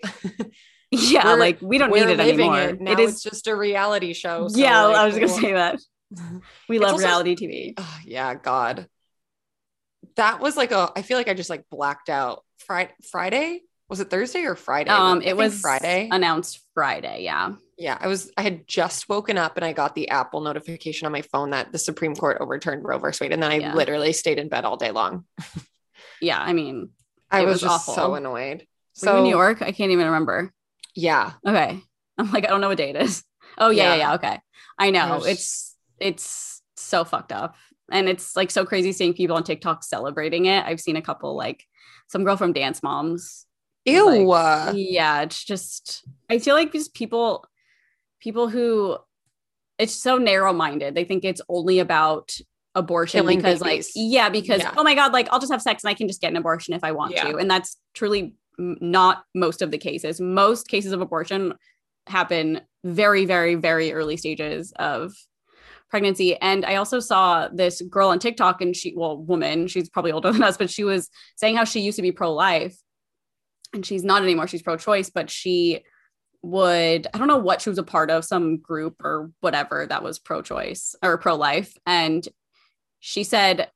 Speaker 2: Yeah,
Speaker 1: We're-
Speaker 2: like we don't
Speaker 1: We're
Speaker 2: need it
Speaker 1: living
Speaker 2: anymore.
Speaker 1: It. Now
Speaker 2: it is.
Speaker 1: it's just a reality show. so,
Speaker 2: yeah, I
Speaker 1: like,
Speaker 2: was gonna
Speaker 1: wha-
Speaker 2: say that. We
Speaker 1: It's
Speaker 2: love
Speaker 1: also-
Speaker 2: reality TV.
Speaker 1: Ugh, yeah, God. That was like a I feel like I just like blacked out. Friday Friday? Was it Thursday or Friday?
Speaker 2: Um,
Speaker 1: I
Speaker 2: it
Speaker 1: think
Speaker 2: was
Speaker 1: Friday.
Speaker 2: announced Friday. Yeah.
Speaker 1: yeah, I was I had just woken up and I got the Apple notification on my phone that the Supreme Court overturned Roe versus Wade. And then I
Speaker 2: Yeah.
Speaker 1: literally stayed in bed all day long.
Speaker 2: Yeah. I mean,
Speaker 1: I
Speaker 2: It
Speaker 1: was,
Speaker 2: was
Speaker 1: just so
Speaker 2: awful.
Speaker 1: annoyed.
Speaker 2: so,
Speaker 1: So
Speaker 2: in New York? I can't even remember.
Speaker 1: Yeah.
Speaker 2: Okay. I'm like, I don't know what day it is. Oh yeah, yeah,
Speaker 1: Yeah.
Speaker 2: yeah. Okay. I know.
Speaker 1: There's-
Speaker 2: It's it's so fucked up. And it's like so crazy seeing people on TikTok celebrating it. I've seen a couple like some girl from Dance Moms.
Speaker 1: Ew. uh,
Speaker 2: yeah, it's just I feel like these people people who it's so narrow-minded. They think it's only about abortion
Speaker 1: Killing
Speaker 2: because
Speaker 1: babies.
Speaker 2: like yeah, because
Speaker 1: Yeah.
Speaker 2: oh my god, like I'll just have sex and I can just get an abortion if I want
Speaker 1: Yeah.
Speaker 2: to. And that's truly m- not most of the cases. Most cases of abortion happen very very very early stages of pregnancy and i also saw this girl on tiktok and she well woman she's probably older than us but she was saying how she used to be pro-life and she's not anymore she's pro-choice but she would i don't know what she was a part of some group or whatever that was pro-choice or pro-life and she said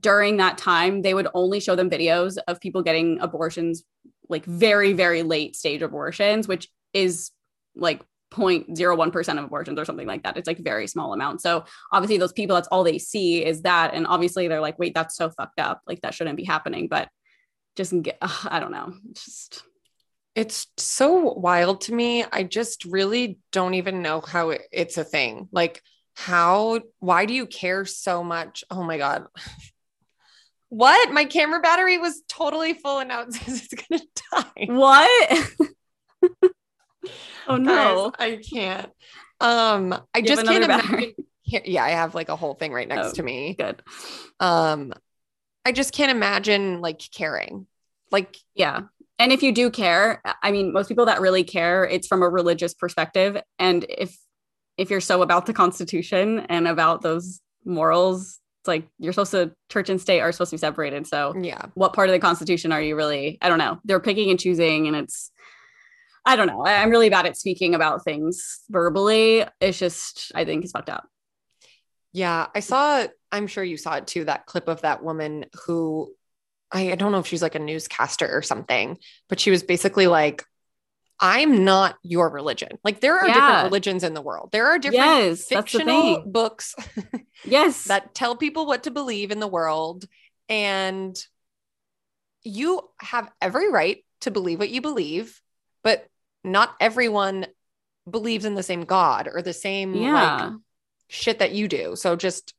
Speaker 2: during that time they would only show them videos of people getting abortions like very very late stage abortions which is like 0.01% of abortions or something like that. It's like very small amount. So obviously those people, that's all they see is that. And obviously they're like, wait, that's so fucked up. Like that shouldn't be happening. But just get, ugh, I don't know. Just
Speaker 1: It's so wild to me. I just really don't even know how it, it's a thing. Like, how, why do you care so much? Oh my God. What? My camera battery was totally full and now it says it's going to die.
Speaker 2: what? oh no.
Speaker 1: Guys, I can't. Um, I
Speaker 2: You have
Speaker 1: just can't
Speaker 2: another
Speaker 1: imagine.
Speaker 2: battery.
Speaker 1: Yeah, I have like a whole thing right next
Speaker 2: Oh.
Speaker 1: to me.
Speaker 2: Good.
Speaker 1: Um, I just can't imagine like caring. Like,
Speaker 2: Yeah. And if you do care, I mean, most people that really care, it's from a religious perspective. And if if you're so about the Constitution and about those morals, it's like you're supposed to church and state are supposed to be separated. So
Speaker 1: yeah.
Speaker 2: what part of the Constitution are you really? I don't know. They're picking and choosing, and it's I don't know. I- I'm really bad at speaking about things verbally. It's just I think it's fucked up.
Speaker 1: Yeah, I saw, I'm sure you saw it too, that clip of that woman who I, I don't know if she's like a newscaster or something, but she was basically like, I'm not your religion. Like, there are
Speaker 2: Yeah.
Speaker 1: different religions in the world, there are different
Speaker 2: Yes, that's the
Speaker 1: fictional
Speaker 2: thing.
Speaker 1: books
Speaker 2: Yes.
Speaker 1: that tell people what to believe in the world. And you have every right to believe what you believe, but not everyone believes in the same God or the same, like,
Speaker 2: yeah.
Speaker 1: shit that you do. So just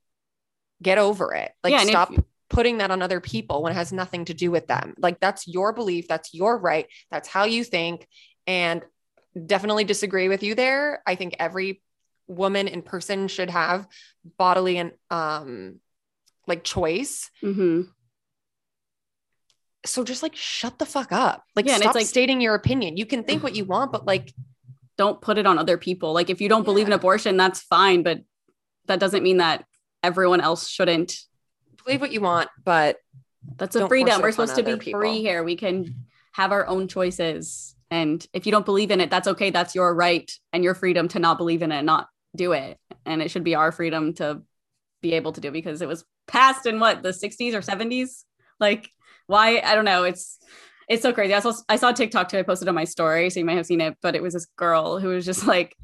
Speaker 1: get over it. Like
Speaker 2: yeah, and if
Speaker 1: stop
Speaker 2: you-
Speaker 1: putting that on other people when it has nothing to do with them. Like that's your belief, that's your right, that's how you think and definitely disagree with you there. I think every woman and person should have bodily and um like choice.
Speaker 2: Mhm.
Speaker 1: So just like shut the fuck up. Like
Speaker 2: Yeah, and it's
Speaker 1: stop
Speaker 2: like-
Speaker 1: stating your opinion. You can think what you want, but like
Speaker 2: Don't put it on other people. Like if you don't believe in
Speaker 1: Yeah.
Speaker 2: abortion, that's fine, but that doesn't mean that everyone else shouldn't.
Speaker 1: believe what you want, but
Speaker 2: That's a
Speaker 1: Don't force
Speaker 2: freedom.
Speaker 1: it
Speaker 2: We're
Speaker 1: upon
Speaker 2: supposed to be
Speaker 1: other people.
Speaker 2: free here. We can have our own choices. And if you don't believe in it, that's okay. That's your right and your freedom to not believe in it and not do it. And it should be our freedom to be able to do it because it was passed in what the 60s or 70s? Like why? I don't know. It's it's so crazy. I saw I saw TikTok too. I posted on my story, so you might have seen it, but it was this girl who was just like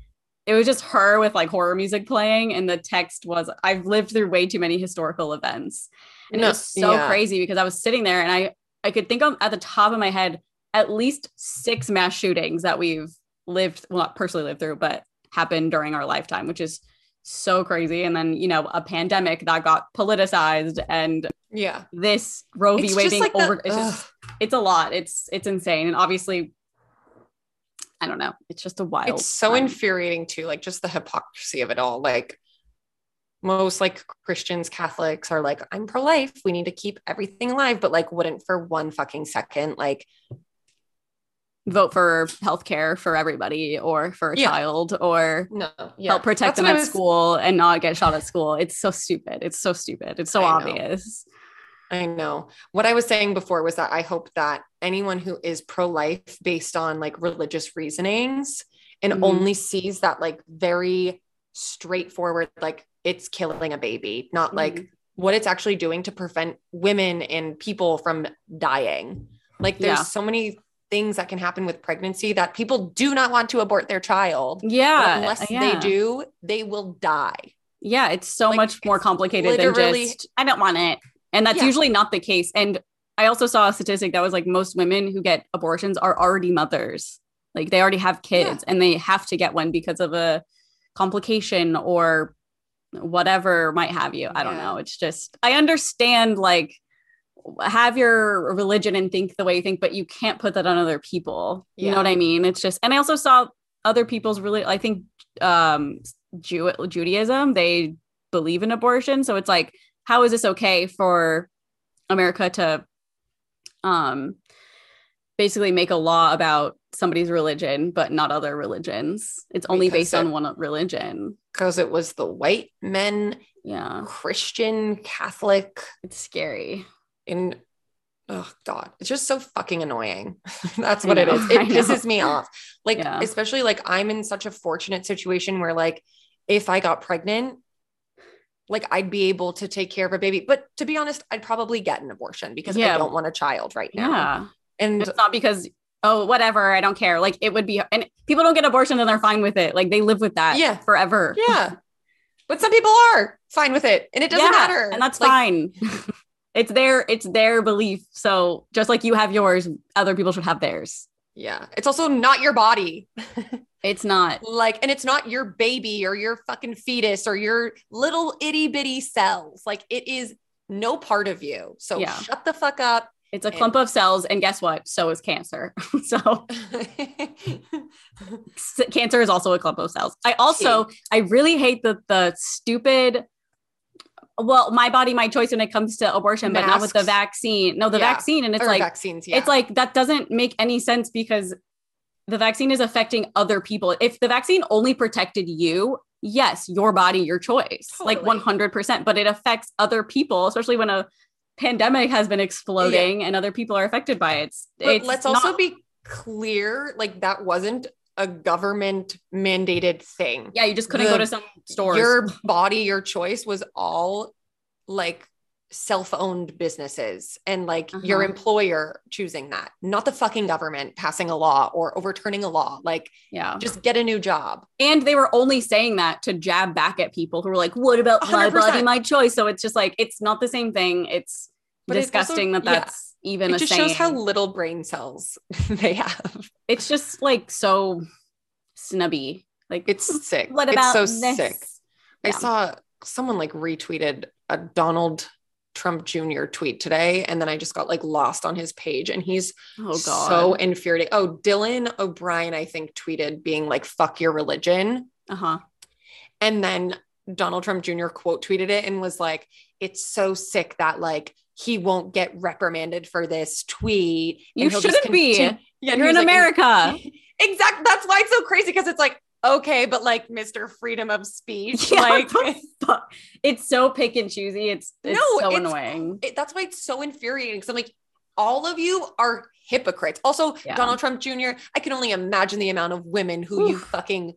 Speaker 2: it was just her with like horror music playing and the text was I've lived through way too many historical events. And
Speaker 1: No,
Speaker 2: it was so
Speaker 1: yeah.
Speaker 2: crazy because I was sitting there and I I could think of at the top of my head at least six mass shootings that we've lived well not personally lived through but happened during our lifetime which is so crazy and then you know a pandemic that got politicized and
Speaker 1: yeah.
Speaker 2: this roe v
Speaker 1: It's
Speaker 2: wade
Speaker 1: just
Speaker 2: being
Speaker 1: like the-
Speaker 2: over it's just it's a lot it's it's insane and obviously i don't know it's just a wild
Speaker 1: it's so
Speaker 2: time.
Speaker 1: infuriating too like just the hypocrisy of it all like most like christians catholics are like i'm pro-life we need to keep everything alive but like wouldn't for one fucking second like
Speaker 2: vote for healthcare for everybody or for a
Speaker 1: Yeah.
Speaker 2: child or
Speaker 1: No, yeah.
Speaker 2: help
Speaker 1: That's
Speaker 2: protect them
Speaker 1: what
Speaker 2: at
Speaker 1: I was-
Speaker 2: school and not get shot at school. It's so stupid. It's so stupid. It's
Speaker 1: I
Speaker 2: so
Speaker 1: know.
Speaker 2: obvious.
Speaker 1: I know. What I was saying before was that I hope that anyone who is pro life based on like religious reasonings and
Speaker 2: Mhm.
Speaker 1: only sees that like very straightforward, like it's killing a baby, not like what it's actually doing to prevent women and people from dying. Like there's
Speaker 2: Yeah.
Speaker 1: so many things that can happen with pregnancy that people do not want to abort their child. But
Speaker 2: yeah, uh,
Speaker 1: unless
Speaker 2: yeah.
Speaker 1: they do, they will die.
Speaker 2: Yeah, it's so
Speaker 1: Like,
Speaker 2: much more
Speaker 1: it's
Speaker 2: complicated than
Speaker 1: literally-
Speaker 2: just I don't want it. And that's
Speaker 1: Yeah.
Speaker 2: usually not the case. And I also saw a statistic that was like most women who get abortions are already mothers. Like they already have kids and they have to get one because of a complication or whatever might have you. I don't
Speaker 1: Yeah.
Speaker 2: know. It's just I understand like have your religion and think the way you think, but you can't put that on other people. You
Speaker 1: Yeah.
Speaker 2: know what I mean? It's just and I also saw other people's really I think um Jew- Judaism, they believe in abortion. So it's like, how is this okay for America to um basically make a law about somebody's religion but not other religions? It's only
Speaker 1: Because
Speaker 2: based on
Speaker 1: it-
Speaker 2: one religion.
Speaker 1: Because it was the white men,
Speaker 2: Yeah.
Speaker 1: Christian, Catholic,
Speaker 2: It's scary.
Speaker 1: in oh god it's just so fucking annoying that's
Speaker 2: I
Speaker 1: what it
Speaker 2: know,
Speaker 1: is
Speaker 2: I
Speaker 1: it
Speaker 2: know.
Speaker 1: pisses me off like
Speaker 2: Yeah.
Speaker 1: especially like i'm in such a fortunate situation where like if i got pregnant like i'd be able to take care of a baby but to be honest i'd probably get an abortion because
Speaker 2: Yeah.
Speaker 1: i don't want a child right now
Speaker 2: Yeah.
Speaker 1: and
Speaker 2: It's not because oh whatever, I don't care. Like it would be and people don't get abortion and they're fine with it. Like they live with that
Speaker 1: Yeah.
Speaker 2: forever.
Speaker 1: yeah but some people are fine with it and it doesn't
Speaker 2: Yeah,
Speaker 1: matter
Speaker 2: and that's
Speaker 1: Like,
Speaker 2: fine it's their it's their belief so just like you have yours other people should have theirs
Speaker 1: yeah it's also not your body
Speaker 2: it's not
Speaker 1: like and it's not your baby or your fucking fetus or your little itty bitty cells like it is no part of you so
Speaker 2: Yeah.
Speaker 1: shut the fuck up
Speaker 2: it's a
Speaker 1: And-
Speaker 2: clump of cells and guess what so is cancer so s- cancer is also a clump of cells i also i really hate the the stupid well my body my choice when it comes to abortion but not with the
Speaker 1: Masks.
Speaker 2: vaccine no the
Speaker 1: Yeah.
Speaker 2: vaccine and it's
Speaker 1: or
Speaker 2: like
Speaker 1: vaccines yeah
Speaker 2: It's like that doesn't make any sense because the vaccine is affecting other people. If the vaccine only protected you, yes, your body, your choice, like
Speaker 1: Totally.
Speaker 2: 100%, but it affects other people, especially when a pandemic has been exploding and other people are affected by it. It's,
Speaker 1: but
Speaker 2: it's
Speaker 1: let's also
Speaker 2: not-
Speaker 1: be clear like that wasn't a government mandated thing
Speaker 2: yeah, you just couldn't go
Speaker 1: the-
Speaker 2: to some stores.
Speaker 1: your body your choice was all like self-owned businesses and like your
Speaker 2: Uh-huh.
Speaker 1: employer choosing that not the fucking government passing a law or overturning a law like
Speaker 2: yeah.
Speaker 1: just get a new job
Speaker 2: And they were only saying that to jab back at people who were like, what about my
Speaker 1: 100%.
Speaker 2: body, my choice? So it's just like, it's not the same thing. It's
Speaker 1: But it's also-
Speaker 2: disgusting that
Speaker 1: yeah.
Speaker 2: that's even
Speaker 1: it
Speaker 2: a
Speaker 1: just
Speaker 2: saying.
Speaker 1: shows how little brain cells they have
Speaker 2: it's just like so snubby. Like
Speaker 1: it's sick
Speaker 2: what about
Speaker 1: it's so
Speaker 2: this?
Speaker 1: sick i
Speaker 2: Yeah.
Speaker 1: saw someone like retweeted a donald trump jr tweet today and then i just got like lost on his page and he's
Speaker 2: Oh god.
Speaker 1: so infuriating oh dylan o'brien i think tweeted being like fuck your religion
Speaker 2: uh-huh.
Speaker 1: And then Donald Trump Jr. quote tweeted it and was like, it's so sick that like he won't get reprimanded for this tweet. and
Speaker 2: You
Speaker 1: he'll just
Speaker 2: shouldn't be.
Speaker 1: continue- Yeah, and
Speaker 2: You're
Speaker 1: he was
Speaker 2: in
Speaker 1: like-
Speaker 2: America.
Speaker 1: exactly. That's why it's so crazy because it's like, okay, but like Mr. Freedom of Speech.
Speaker 2: Yeah,
Speaker 1: like,
Speaker 2: what the fuck? it's so pick and choosy. It's, it's
Speaker 1: No,
Speaker 2: so
Speaker 1: it's-
Speaker 2: annoying.
Speaker 1: it- that's why it's so infuriating. Cause I'm like, all of you are hypocrites. Also,
Speaker 2: Yeah.
Speaker 1: Donald Trump Jr., I can only imagine the amount of women who you
Speaker 2: Oof.
Speaker 1: fucking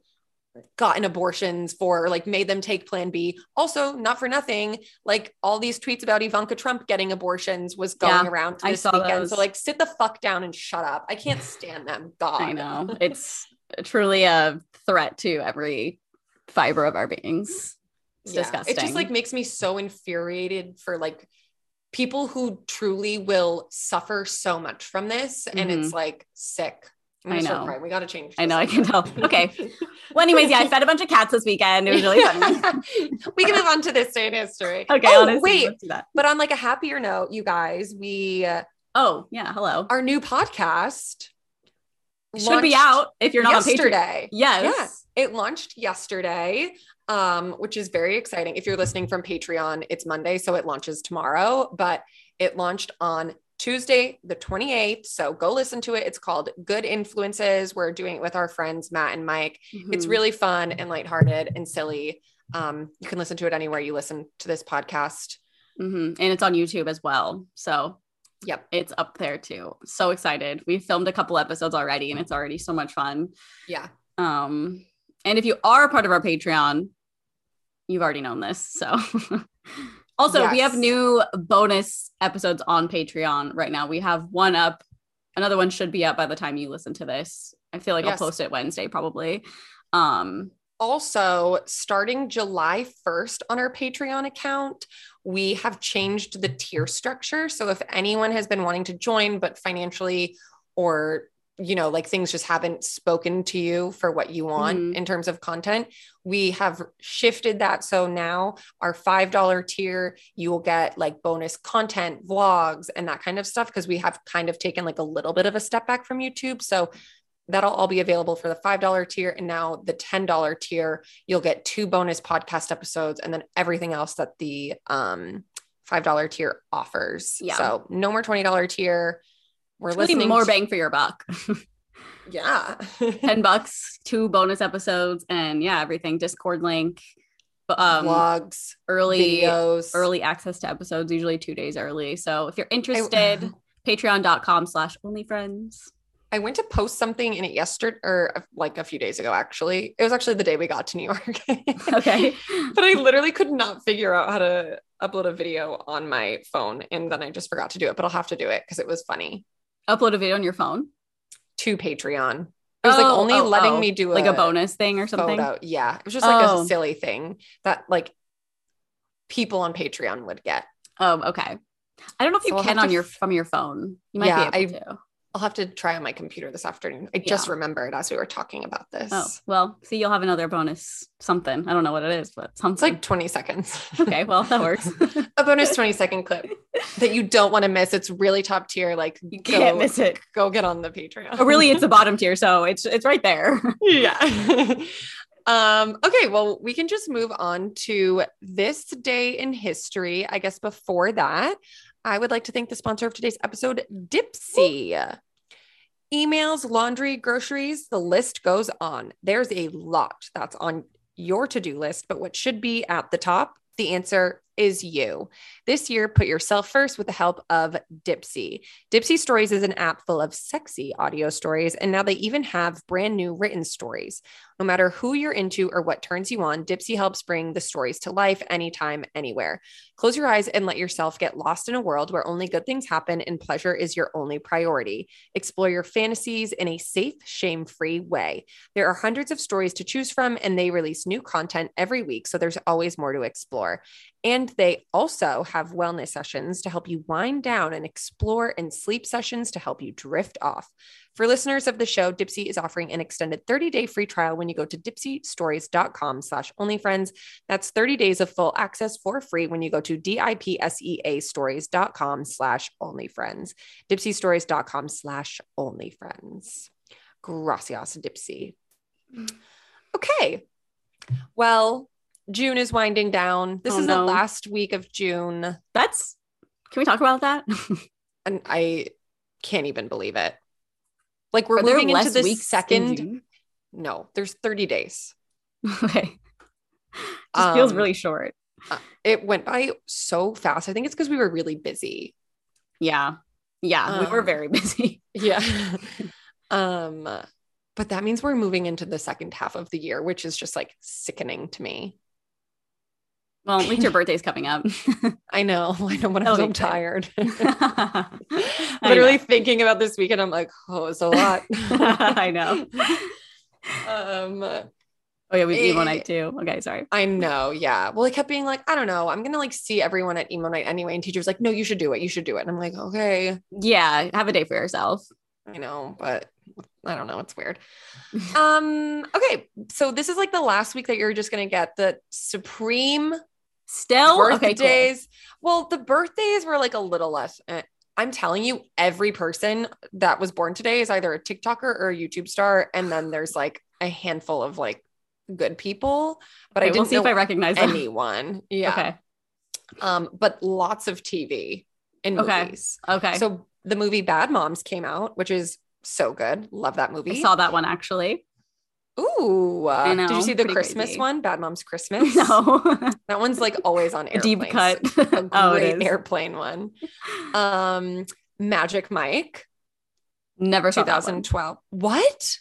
Speaker 1: gotten abortions for, or, like made them take Plan B. Also, not for nothing, like all these tweets about Ivanka Trump getting abortions was going
Speaker 2: Yeah,
Speaker 1: around
Speaker 2: I
Speaker 1: this
Speaker 2: saw
Speaker 1: weekend.
Speaker 2: those.
Speaker 1: So, like, sit the fuck down and shut up. I can't stand them. God.
Speaker 2: I know. It's truly a threat to every fiber of our beings. It's disgusting.
Speaker 1: It just like makes me so infuriated for like people who truly will suffer so much from this. And it's like sick. I'm
Speaker 2: Mm-hmm. I
Speaker 1: gonna start
Speaker 2: know.
Speaker 1: crying. We gotta change.
Speaker 2: I
Speaker 1: this.
Speaker 2: know, I can tell. Okay. Well, anyways, yeah, I fed a bunch of cats this weekend. It was really fun.
Speaker 1: we can move on to this day in history.
Speaker 2: Okay,
Speaker 1: Oh,
Speaker 2: honestly,
Speaker 1: wait,
Speaker 2: let's do that.
Speaker 1: but on like a happier note, you guys, we uh,
Speaker 2: Oh, yeah. Hello.
Speaker 1: our new podcast
Speaker 2: Should be
Speaker 1: launched
Speaker 2: out if you're not on Patreon.
Speaker 1: yesterday.
Speaker 2: Yes.
Speaker 1: It launched yesterday, um, which is very exciting. If you're listening from Patreon, it's Monday, so it launches tomorrow, but it launched on Tuesday, the 28th. So go listen to it. It's called Good Influences. We're doing it with our friends, Matt and Mike. It's
Speaker 2: Mhm.
Speaker 1: really fun and lighthearted and silly. Um, you can listen to it anywhere you listen to this podcast.
Speaker 2: Mhm. and it's on YouTube as well. So
Speaker 1: Yep.
Speaker 2: it's up there too. So excited. We filmed a couple episodes already and it's already so much fun.
Speaker 1: Yeah.
Speaker 2: Um, and if you are a part of our Patreon, you've already known this. So also we have
Speaker 1: Yes.
Speaker 2: new bonus episodes on Patreon right now. We have one up, another one should be up by the time you listen to this. I feel like
Speaker 1: Yes.
Speaker 2: I'll post it Wednesday probably. Um
Speaker 1: Also, starting July 1st on our Patreon account, we have changed the tier structure. So if anyone has been wanting to join, but financially or you know, like things just haven't spoken to you for what you want
Speaker 2: Mhm.
Speaker 1: in terms of content. We have shifted that. So now our $5 tier, you will get like bonus content, vlogs, and that kind of stuff. Cause we have kind of taken like a little bit of a step back from YouTube. So that'll all be available for the $5 tier and now the $10 tier you'll get two bonus podcast episodes and then everything else that the um $5 tier offers
Speaker 2: Yeah.
Speaker 1: so no more $20 tier we're
Speaker 2: it's really
Speaker 1: listening
Speaker 2: more
Speaker 1: to-
Speaker 2: bang for your buck.
Speaker 1: yeah
Speaker 2: 10 bucks, two bonus episodes, and yeah, everything. Discord link. But um
Speaker 1: vlogs
Speaker 2: early
Speaker 1: videos
Speaker 2: early access to episodes, usually two days early. So if you're
Speaker 1: I-
Speaker 2: interested, patreon.com slash onlyfriends.
Speaker 1: I went to post something in it yesterday or uh, like a few days ago actually it was actually the day we got to New York
Speaker 2: Okay.
Speaker 1: but I literally could not figure out how to upload a video on my phone. And then I just forgot to do it, but I'll have to do it because it was funny
Speaker 2: Upload a video on your phone,
Speaker 1: to Patreon. It was like
Speaker 2: Oh,
Speaker 1: only
Speaker 2: oh,
Speaker 1: letting
Speaker 2: oh,
Speaker 1: me do
Speaker 2: like a bonus thing or something.
Speaker 1: photo. Yeah. It was just like
Speaker 2: Oh.
Speaker 1: a silly thing that like people on Patreon would get.
Speaker 2: Oh, okay. I don't know if you
Speaker 1: So I'll
Speaker 2: can
Speaker 1: have
Speaker 2: on
Speaker 1: to
Speaker 2: your
Speaker 1: f-
Speaker 2: from your phone. You might
Speaker 1: Yeah,
Speaker 2: be able to.
Speaker 1: I'll have to try on my computer this afternoon. I just remembered as we were talking about this.
Speaker 2: Oh, well, see, you'll have another bonus something. I don't know what it is, but
Speaker 1: It's
Speaker 2: something.
Speaker 1: like 20 seconds.
Speaker 2: okay, well, that works.
Speaker 1: a bonus 20 second clip that you don't want to miss. It's really top tier. Like
Speaker 2: you can't
Speaker 1: go,
Speaker 2: miss it.
Speaker 1: go get on the Patreon.
Speaker 2: Oh, really, it's the bottom tier, so it's it's right there.
Speaker 1: yeah. um, okay, well, we can just move on to this day in history. I guess before that, I would like to thank the sponsor of today's episode, Dipsy. Emails, laundry, groceries, the list goes on. There's a lot that's on your to do list, but what should be at the top? The answer is you. This year, put yourself first with the help of Dipsy. Dipsy Stories is an app full of sexy audio stories, and now they even have brand new written stories. No matter who you're into or what turns you on, Dipsy helps bring the stories to life anytime, anywhere. Close your eyes and let yourself get lost in a world where only good things happen and pleasure is your only priority. Explore your fantasies in a safe, shame free way. There are hundreds of stories to choose from, and they release new content every week, so there's always more to explore. And they also have wellness sessions to help you wind down and explore, and sleep sessions to help you drift off. For listeners of the show, Dipsy is offering an extended 30-day free trial when you go to dipsystories.com slash onlyfriends. That's 30 days of full access for free when you go to D-I-P-S-E-A stories.com slash onlyfriends. Dipsystories.com slash onlyfriends. Gracias, Dipsy. Okay. Well, June is winding down. This
Speaker 2: Oh,
Speaker 1: is the
Speaker 2: no.
Speaker 1: last week of June,
Speaker 2: That's. Can we talk about that?
Speaker 1: and I can't even believe it. Like we're
Speaker 2: Are there
Speaker 1: moving into
Speaker 2: less
Speaker 1: the
Speaker 2: weeks in
Speaker 1: second.
Speaker 2: June?
Speaker 1: No, there's 30 days.
Speaker 2: Okay. Just feels
Speaker 1: Um,
Speaker 2: really short.
Speaker 1: It went by so fast. I think it's because we were really busy.
Speaker 2: Yeah. Yeah. we were
Speaker 1: um,
Speaker 2: very busy.
Speaker 1: Yeah. um, but that means we're moving into the second half of the year, which is just like sickening to me.
Speaker 2: Well, at least your birthday's coming up.
Speaker 1: I know. I know when I'm
Speaker 2: That'll
Speaker 1: so
Speaker 2: be good.
Speaker 1: tired.
Speaker 2: I
Speaker 1: Literally
Speaker 2: know.
Speaker 1: thinking about this weekend, I'm like, oh, it's a lot.
Speaker 2: I know.
Speaker 1: um
Speaker 2: Oh yeah, we have emo
Speaker 1: Eh.
Speaker 2: night too. Okay, sorry.
Speaker 1: i know yeah well i kept being like i don't know i'm gonna like see everyone at emo night anyway and teacher was like no you should do it you should do it and i'm like okay
Speaker 2: Yeah, have a day for yourself.
Speaker 1: i know but i don't know it's weird um okay so this is like the last week that you're just gonna get the supreme
Speaker 2: Still Oh, okay. cool.
Speaker 1: birthdays well the birthdays were like a little less eh. i'm telling you every person that was born today is either a tiktoker or a youtube star and then there's like a handful of like good people but i
Speaker 2: Okay,
Speaker 1: didn't
Speaker 2: we'll see
Speaker 1: know
Speaker 2: if I recognize them.
Speaker 1: anyone. Yeah.
Speaker 2: Okay.
Speaker 1: Um, but lots of TV and
Speaker 2: Okay.
Speaker 1: movies.
Speaker 2: Okay.
Speaker 1: So the movie Bad Moms came out, which is so good. Love that
Speaker 2: I
Speaker 1: movie.
Speaker 2: saw that one actually.
Speaker 1: Ooh, uh,
Speaker 2: I
Speaker 1: did
Speaker 2: know,
Speaker 1: you see the
Speaker 2: pretty
Speaker 1: Christmas
Speaker 2: crazy.
Speaker 1: one? Bad Mom's Christmas.
Speaker 2: No,
Speaker 1: that one's like always on airplanes.
Speaker 2: deep cut.
Speaker 1: A great
Speaker 2: oh, it is.
Speaker 1: airplane one. Um, Magic Mike,
Speaker 2: Never saw that one.
Speaker 1: 2012. What?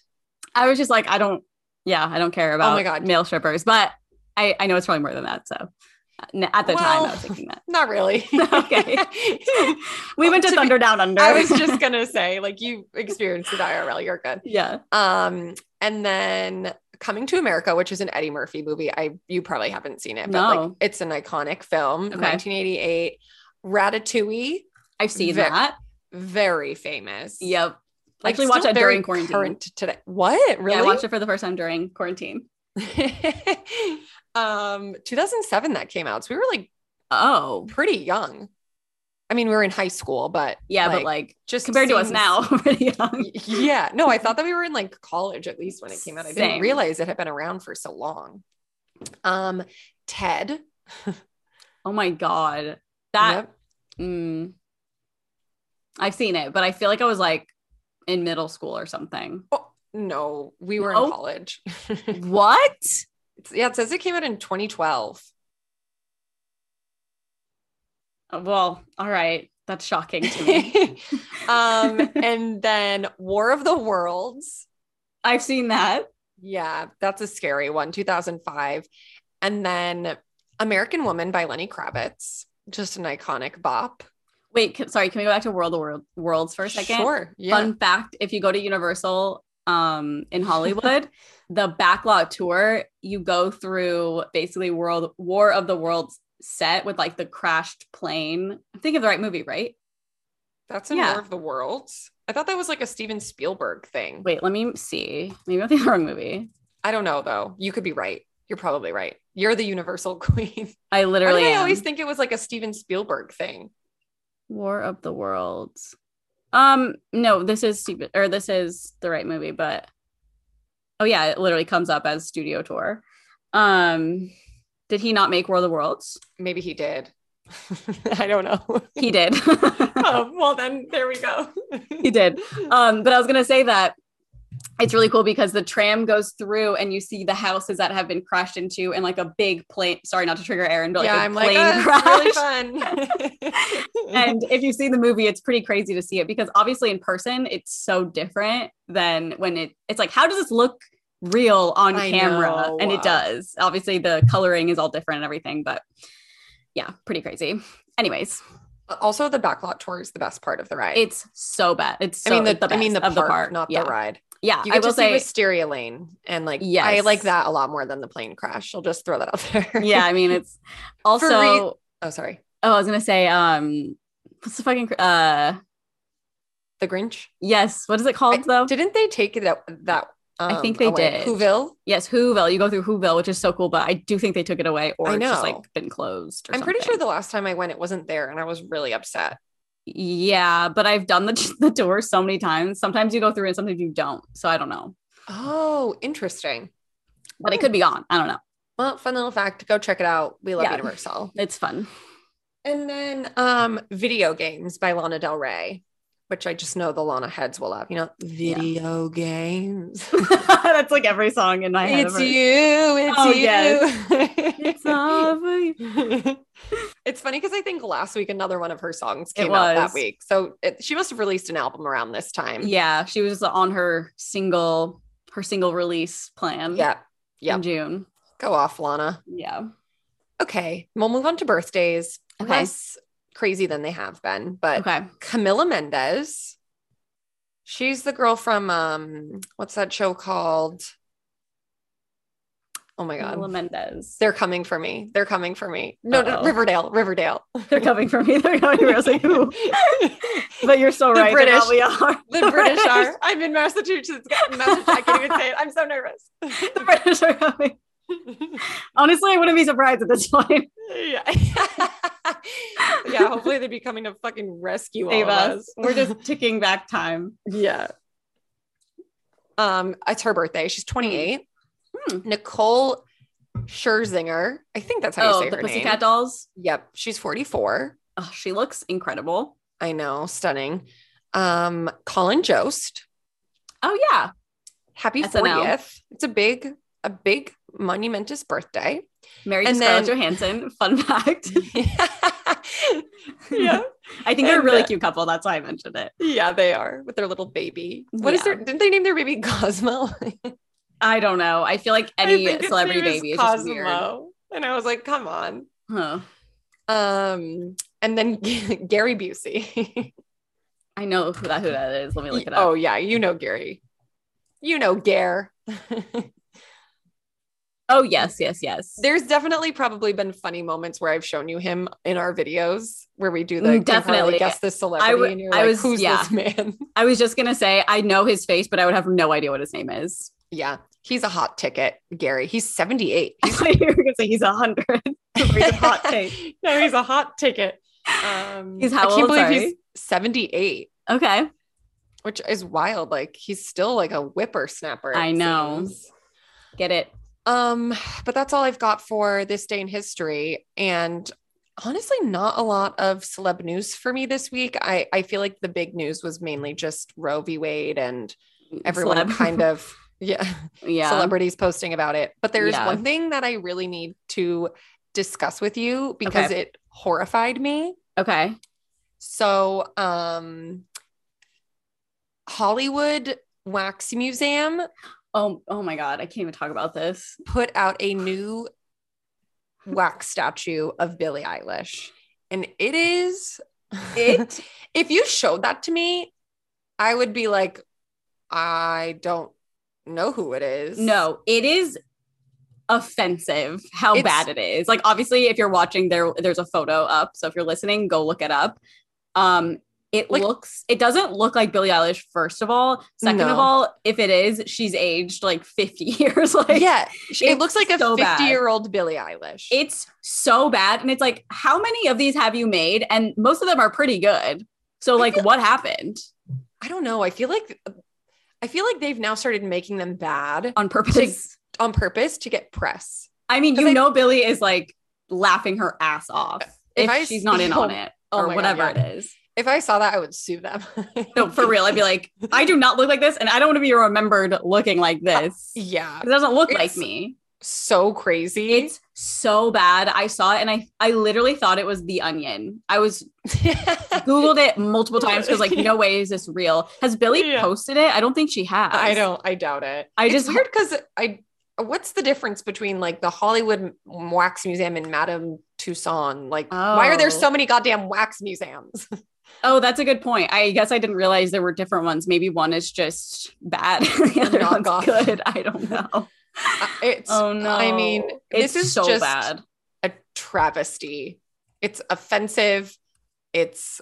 Speaker 2: I was just like, I don't. Yeah, I don't care about.
Speaker 1: my God.
Speaker 2: male strippers, but I I know it's probably more than that. So n- at the time, I
Speaker 1: Well-
Speaker 2: was thinking that.
Speaker 1: Not really.
Speaker 2: Okay. We went to,
Speaker 1: To be-
Speaker 2: Thunder Down Under.
Speaker 1: I was just gonna say, like you experienced it IRL, you're good.
Speaker 2: yeah.
Speaker 1: Um, and then Coming to America, which is an Eddie Murphy movie. I you probably haven't seen it, but like
Speaker 2: No.
Speaker 1: it's an iconic film,
Speaker 2: Okay.
Speaker 1: 1988. Ratatouille,
Speaker 2: I've seen
Speaker 1: Vic.
Speaker 2: that.
Speaker 1: very famous.
Speaker 2: Yep.
Speaker 1: Like,
Speaker 2: Actually watched
Speaker 1: still
Speaker 2: that during
Speaker 1: very
Speaker 2: quarantine.
Speaker 1: current today. What
Speaker 2: Yeah, I
Speaker 1: really?
Speaker 2: watched it for the first time during quarantine.
Speaker 1: um, 2007 that came out, so we were like
Speaker 2: Oh.
Speaker 1: pretty young. I mean, we were in high school, but
Speaker 2: Yeah,
Speaker 1: Like,
Speaker 2: but like
Speaker 1: just
Speaker 2: compared to us
Speaker 1: seems-
Speaker 2: now, pretty young.
Speaker 1: Y- yeah no i thought that we were in like college at least when it came out i didn't
Speaker 2: Same.
Speaker 1: realize it had been around for so long um ted
Speaker 2: Oh my god. That
Speaker 1: Yep.
Speaker 2: mm, I've seen it, but I feel like I was like in middle school or something.
Speaker 1: no we were
Speaker 2: No?
Speaker 1: in college
Speaker 2: what?
Speaker 1: It's- yeah it says it came out in 2012
Speaker 2: Uh, Well, all right. That's shocking to me.
Speaker 1: um and then war of the worlds
Speaker 2: I've seen that.
Speaker 1: yeah that's a scary one 2005 and then american woman by lenny kravitz just an iconic bop
Speaker 2: Wait, c- sorry, can we go back to World of World, Worlds for a second?
Speaker 1: sure yeah
Speaker 2: Fun fact if you go to Universal um, in Hollywood, the backlot tour, you go through basically World War of the Worlds set with like the crashed plane. I'm thinking of the right movie, right?
Speaker 1: That's in
Speaker 2: Yeah.
Speaker 1: War of the Worlds. I thought that was like a Steven Spielberg thing.
Speaker 2: Wait, let me see. Maybe I'm thinking of the wrong movie.
Speaker 1: I don't know though. You could be right. You're probably right. You're the universal queen.
Speaker 2: I
Speaker 1: Why
Speaker 2: literally
Speaker 1: did I
Speaker 2: am.
Speaker 1: always think it was like a Steven Spielberg thing.
Speaker 2: War of the Worlds. Um, no, this is stupid, or this is the right movie, but oh yeah, it literally comes up as studio tour. Um, did he not make War of the Worlds?
Speaker 1: Maybe he did. I don't know.
Speaker 2: He did.
Speaker 1: oh, well then there we go.
Speaker 2: he did. Um, but I was gonna say that it's really cool because the tram goes through and you see the houses that have been crashed into and like a big plane. Sorry, not to trigger Aaron, but like
Speaker 1: yeah,
Speaker 2: a
Speaker 1: I'm like,
Speaker 2: plane
Speaker 1: oh,
Speaker 2: crash.
Speaker 1: it's really fun.
Speaker 2: and if you see the movie it's pretty crazy to see it because obviously in person it's so different than when it it's like how does this look real on
Speaker 1: I
Speaker 2: camera
Speaker 1: know.
Speaker 2: and it does obviously the coloring is all different and everything but yeah pretty crazy anyways
Speaker 1: also the backlot tour is the best part of the ride.
Speaker 2: it's so bad it's
Speaker 1: I
Speaker 2: so-
Speaker 1: mean the,
Speaker 2: best
Speaker 1: I mean the
Speaker 2: of
Speaker 1: park,
Speaker 2: the park
Speaker 1: not
Speaker 2: yeah
Speaker 1: the ride.
Speaker 2: yeah
Speaker 1: You
Speaker 2: i
Speaker 1: get
Speaker 2: will
Speaker 1: to see
Speaker 2: say
Speaker 1: Wisteria Lane and like I
Speaker 2: Yes.
Speaker 1: like that a lot more than the plane crash. I'll just throw that out there.
Speaker 2: yeah i mean it's also
Speaker 1: rea- Oh, sorry.
Speaker 2: oh i was gonna say um what's the fucking cr- uh
Speaker 1: The Grinch.
Speaker 2: yes what is it called
Speaker 1: I-
Speaker 2: though
Speaker 1: Didn't they take that that
Speaker 2: I think
Speaker 1: um,
Speaker 2: they
Speaker 1: away?
Speaker 2: did.
Speaker 1: Whoville?
Speaker 2: Yes, Whoville. You go through Whoville, which is so cool, but I do think they took it away or
Speaker 1: I
Speaker 2: it's just
Speaker 1: know.
Speaker 2: like been closed. Or
Speaker 1: I'm pretty sure
Speaker 2: something.
Speaker 1: the last time I went it wasn't there and I was really upset.
Speaker 2: Yeah, but I've done the the tour so many times. Sometimes you go through and sometimes you don't. So I don't know,
Speaker 1: Oh, interesting.
Speaker 2: but it could
Speaker 1: Oh.
Speaker 2: be gone. I don't know.
Speaker 1: Well, fun little fact. Go check it out. We love
Speaker 2: Yeah.
Speaker 1: Universal.
Speaker 2: It's fun.
Speaker 1: And then um Video Games by Lana Del Rey, which I just know the Lana heads will love. You know, video games.
Speaker 2: That's like every song in my head.
Speaker 1: it's
Speaker 2: I've heard.
Speaker 1: you. It's you.
Speaker 2: Oh, yes. It's over you.
Speaker 1: it's funny because I think last week another one of her songs
Speaker 2: It
Speaker 1: came out that
Speaker 2: was.
Speaker 1: week. So it, she must have released an album around this time.
Speaker 2: Yeah, she was on her single her single release plan.
Speaker 1: Yeah. yeah.
Speaker 2: in June.
Speaker 1: Go off, Lana.
Speaker 2: Yeah.
Speaker 1: Okay. We'll move on to birthdays.
Speaker 2: Okay.
Speaker 1: Less crazy than they have been. But
Speaker 2: Okay.
Speaker 1: Camila Mendez, she's the girl from um, what's that show called? Oh my God.
Speaker 2: Camila Mendez.
Speaker 1: They're coming for me. They're coming for me. No, no,
Speaker 2: Uh-oh.
Speaker 1: Riverdale, Riverdale.
Speaker 2: They're coming for me. They're coming for me. I was like, who? But you're so
Speaker 1: The
Speaker 2: right.
Speaker 1: British-
Speaker 2: British. We are.
Speaker 1: The British are. I'm in Massachusetts. Massachusetts. I can't even say it. I'm so
Speaker 2: The British are coming.
Speaker 1: nervous.
Speaker 2: Honestly, I wouldn't be surprised at this point.
Speaker 1: yeah. yeah. Hopefully they'd be coming to fucking rescue
Speaker 2: Save
Speaker 1: all of
Speaker 2: us. We're just ticking back time.
Speaker 1: yeah. Um, it's her birthday. She's 28.
Speaker 2: Hmm.
Speaker 1: Nicole Scherzinger. I think that's how you
Speaker 2: Oh,
Speaker 1: say
Speaker 2: the
Speaker 1: her name.
Speaker 2: Pussycat Dolls.
Speaker 1: Yep. She's 44.
Speaker 2: Oh, she looks incredible.
Speaker 1: I know, stunning. Um, Colin Jost,
Speaker 2: Oh yeah.
Speaker 1: happy
Speaker 2: SNL.
Speaker 1: 40th. It's a big, a big monumentous birthday.
Speaker 2: Married
Speaker 1: And
Speaker 2: to Scarlett
Speaker 1: then-
Speaker 2: Johansson. Fun fact.
Speaker 1: yeah.
Speaker 2: I think they're a
Speaker 1: And,
Speaker 2: really
Speaker 1: uh,
Speaker 2: cute couple. That's why I mentioned it.
Speaker 1: Yeah, they are with their little baby. What is
Speaker 2: Yeah.
Speaker 1: their didn't they name their baby Cosmo?
Speaker 2: I don't know. I feel like
Speaker 1: I
Speaker 2: any
Speaker 1: think its
Speaker 2: celebrity
Speaker 1: name is
Speaker 2: baby is just
Speaker 1: Cosmo.
Speaker 2: weird.
Speaker 1: And I was like, come on.
Speaker 2: Huh.
Speaker 1: Um, and then Gary Busey.
Speaker 2: I know who that who that is. Let me look it up.
Speaker 1: oh yeah, you know Gary. You know Gare.
Speaker 2: Oh, yes, yes, yes.
Speaker 1: There's definitely probably been funny moments where I've shown you him in our videos where we do
Speaker 2: Mm,
Speaker 1: the
Speaker 2: definitely.
Speaker 1: definitely guess this celebrity
Speaker 2: w-
Speaker 1: and you're
Speaker 2: I
Speaker 1: like,
Speaker 2: was-
Speaker 1: who's
Speaker 2: yeah.
Speaker 1: this man?
Speaker 2: I was just gonna say I know his face, but I would have no idea what his name is.
Speaker 1: yeah, he's a hot ticket, Gary. He's 78.
Speaker 2: I thought you were gonna say he's a hundred. He's a hot take.
Speaker 1: no, he's a hot ticket. Um,
Speaker 2: He's how
Speaker 1: I can't
Speaker 2: old,
Speaker 1: believe he's
Speaker 2: sorry?
Speaker 1: 78,
Speaker 2: Okay.
Speaker 1: which is wild. Like he's still like a whippersnapper. it
Speaker 2: I know.
Speaker 1: seems.
Speaker 2: Get it.
Speaker 1: Um, but that's all I've got for this day in history. And honestly, not a lot of celeb news for me this week. I, I feel like the big news was mainly just Roe v. Wade and everyone
Speaker 2: Mm, Celeb.
Speaker 1: kind of, yeah,
Speaker 2: yeah.
Speaker 1: celebrities posting about it. But there's
Speaker 2: Yeah.
Speaker 1: one thing that I really need to discuss with you because it horrified me.
Speaker 2: Okay.
Speaker 1: So, um, Hollywood Wax Museum
Speaker 2: Oh, oh my God. I can't even talk about this.
Speaker 1: put out a new wax statue of Billie Eilish. And it is,
Speaker 2: It
Speaker 1: if you showed that to me, I would be like, I don't know who it is.
Speaker 2: no, it is offensive how
Speaker 1: It's-
Speaker 2: bad it is. Like obviously, if you're watching, there there's a photo up. So if you're listening, go look it up. Um, it
Speaker 1: Like-
Speaker 2: looks it doesn't look like Billie Eilish, first of all. Second
Speaker 1: No.
Speaker 2: of all, if it is, she's aged like 50 years. Like
Speaker 1: yeah, it
Speaker 2: it's
Speaker 1: looks like a
Speaker 2: so bad.
Speaker 1: 50 year old Billie Eilish.
Speaker 2: it's so bad. And it's like, how many of these have you made? And most of them are pretty good. So
Speaker 1: I
Speaker 2: like
Speaker 1: feel-
Speaker 2: what happened
Speaker 1: I don't know. I feel like, I feel like they've now started making them bad
Speaker 2: on purpose?
Speaker 1: on purpose to get press.
Speaker 2: I mean,
Speaker 1: 'Cause
Speaker 2: you
Speaker 1: I-
Speaker 2: know, Billy is like laughing her ass off
Speaker 1: If
Speaker 2: if,
Speaker 1: I
Speaker 2: she's not in
Speaker 1: see-
Speaker 2: on it
Speaker 1: oh
Speaker 2: or
Speaker 1: my God,
Speaker 2: whatever
Speaker 1: yeah.
Speaker 2: it is.
Speaker 1: If I saw that, I would sue them.
Speaker 2: No, for real, I'd be like, I do not look like this, and I don't want to be remembered looking like this. It
Speaker 1: yeah,
Speaker 2: doesn't look like
Speaker 1: It's-
Speaker 2: me.
Speaker 1: so crazy.
Speaker 2: It's so bad. I saw it, and I I literally thought it was the Onion. I was googled it multiple times because like, no way is this real. Has Billy
Speaker 1: Yeah.
Speaker 2: posted it? I don't think she has.
Speaker 1: I don't. I doubt it.
Speaker 2: I
Speaker 1: it's
Speaker 2: just-
Speaker 1: weird because I. What's the difference between like the Hollywood Wax Museum and Madame Tussauds? Like, why are there
Speaker 2: Oh.
Speaker 1: so many goddamn wax museums?
Speaker 2: Oh, that's a good point. I guess I didn't realize there were different ones. Maybe one is just bad, the other
Speaker 1: Knock
Speaker 2: one's
Speaker 1: off.
Speaker 2: good. I don't know.
Speaker 1: Uh, it's.
Speaker 2: Oh no!
Speaker 1: I mean,
Speaker 2: it's
Speaker 1: this is
Speaker 2: so
Speaker 1: just
Speaker 2: bad.
Speaker 1: a travesty. It's offensive. It's.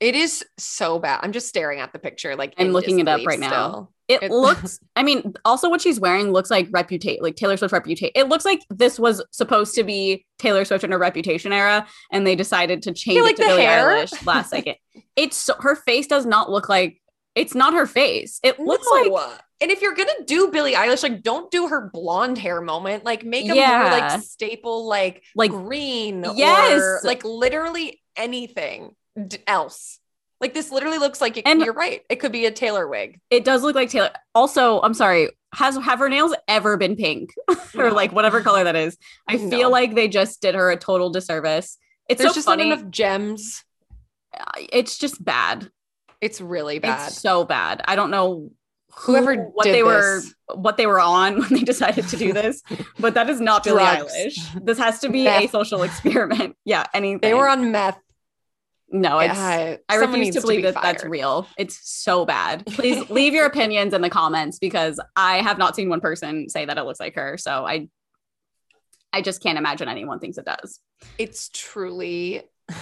Speaker 1: It is so bad. I'm just staring at the picture. Like
Speaker 2: I'm
Speaker 1: in
Speaker 2: looking it up
Speaker 1: disbelief
Speaker 2: right now.
Speaker 1: still.
Speaker 2: It,
Speaker 1: it-
Speaker 2: looks. I mean, also what she's wearing looks like reputate, like Taylor Swift reputation. It looks like this was supposed to be Taylor Swift in her Reputation era, and they decided to change
Speaker 1: like
Speaker 2: it to
Speaker 1: the
Speaker 2: Billie
Speaker 1: hair?
Speaker 2: Eilish last second. It's so, her face does not look like. It's not her face. It looks like
Speaker 1: and if you're gonna do Billie Eilish, like don't do her blonde hair moment. Like make a more
Speaker 2: Yeah.
Speaker 1: like staple, like
Speaker 2: like
Speaker 1: green,
Speaker 2: Yes.
Speaker 1: or like literally anything d- else. Like this literally looks like it,
Speaker 2: And-
Speaker 1: you're right. It could be a Taylor wig.
Speaker 2: it does look like Taylor. Also, I'm sorry. Has have her nails ever been pink or
Speaker 1: No.
Speaker 2: like whatever color that is? I
Speaker 1: No.
Speaker 2: feel like they just did her a total disservice. It's
Speaker 1: There's
Speaker 2: so
Speaker 1: just
Speaker 2: funny.
Speaker 1: not enough gems.
Speaker 2: it's just bad.
Speaker 1: It's really bad.
Speaker 2: It's so bad. I don't know who-
Speaker 1: Whoever
Speaker 2: what
Speaker 1: did
Speaker 2: they
Speaker 1: this.
Speaker 2: were what they were on when they decided to do this, but that is not Billie
Speaker 1: Drugs.
Speaker 2: Eilish. This has to be a
Speaker 1: Meth.
Speaker 2: social experiment. Yeah, anything.
Speaker 1: They were on meth.
Speaker 2: no. It's,
Speaker 1: Uh,
Speaker 2: Oh, I
Speaker 1: someone
Speaker 2: refuse
Speaker 1: needs
Speaker 2: to believe
Speaker 1: be
Speaker 2: that that's
Speaker 1: fired.
Speaker 2: real. It's so bad. Please leave your opinions in the comments because I have not seen one person say that it looks like her. So I I just can't imagine anyone thinks it does.
Speaker 1: It's truly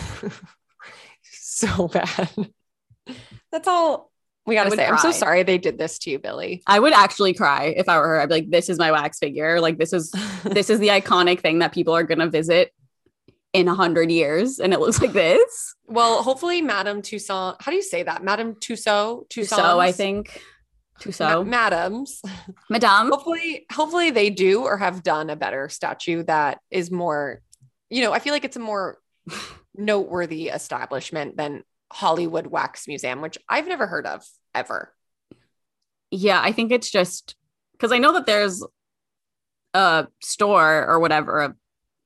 Speaker 1: so bad. That's all we gotta
Speaker 2: would
Speaker 1: say. I'm so
Speaker 2: cry.
Speaker 1: sorry they did this to you, Billy.
Speaker 2: I would actually cry if I were her. I'd be like, this is my wax figure. Like this is this is the iconic thing that people are gonna visit in a hundred years and it looks like this.
Speaker 1: Well, hopefully, Madame Tussauds. How do you say that, Madame Tussauds? Tussauds,
Speaker 2: So I think
Speaker 1: Ma-
Speaker 2: Tussauds.
Speaker 1: Madames.
Speaker 2: Madame.
Speaker 1: Hopefully, hopefully they do or have done a better statue that is more. You know, I feel like it's a more noteworthy establishment than Hollywood Wax Museum, which I've never heard of ever.
Speaker 2: Yeah, I think it's just because I know that there's a store or whatever, a,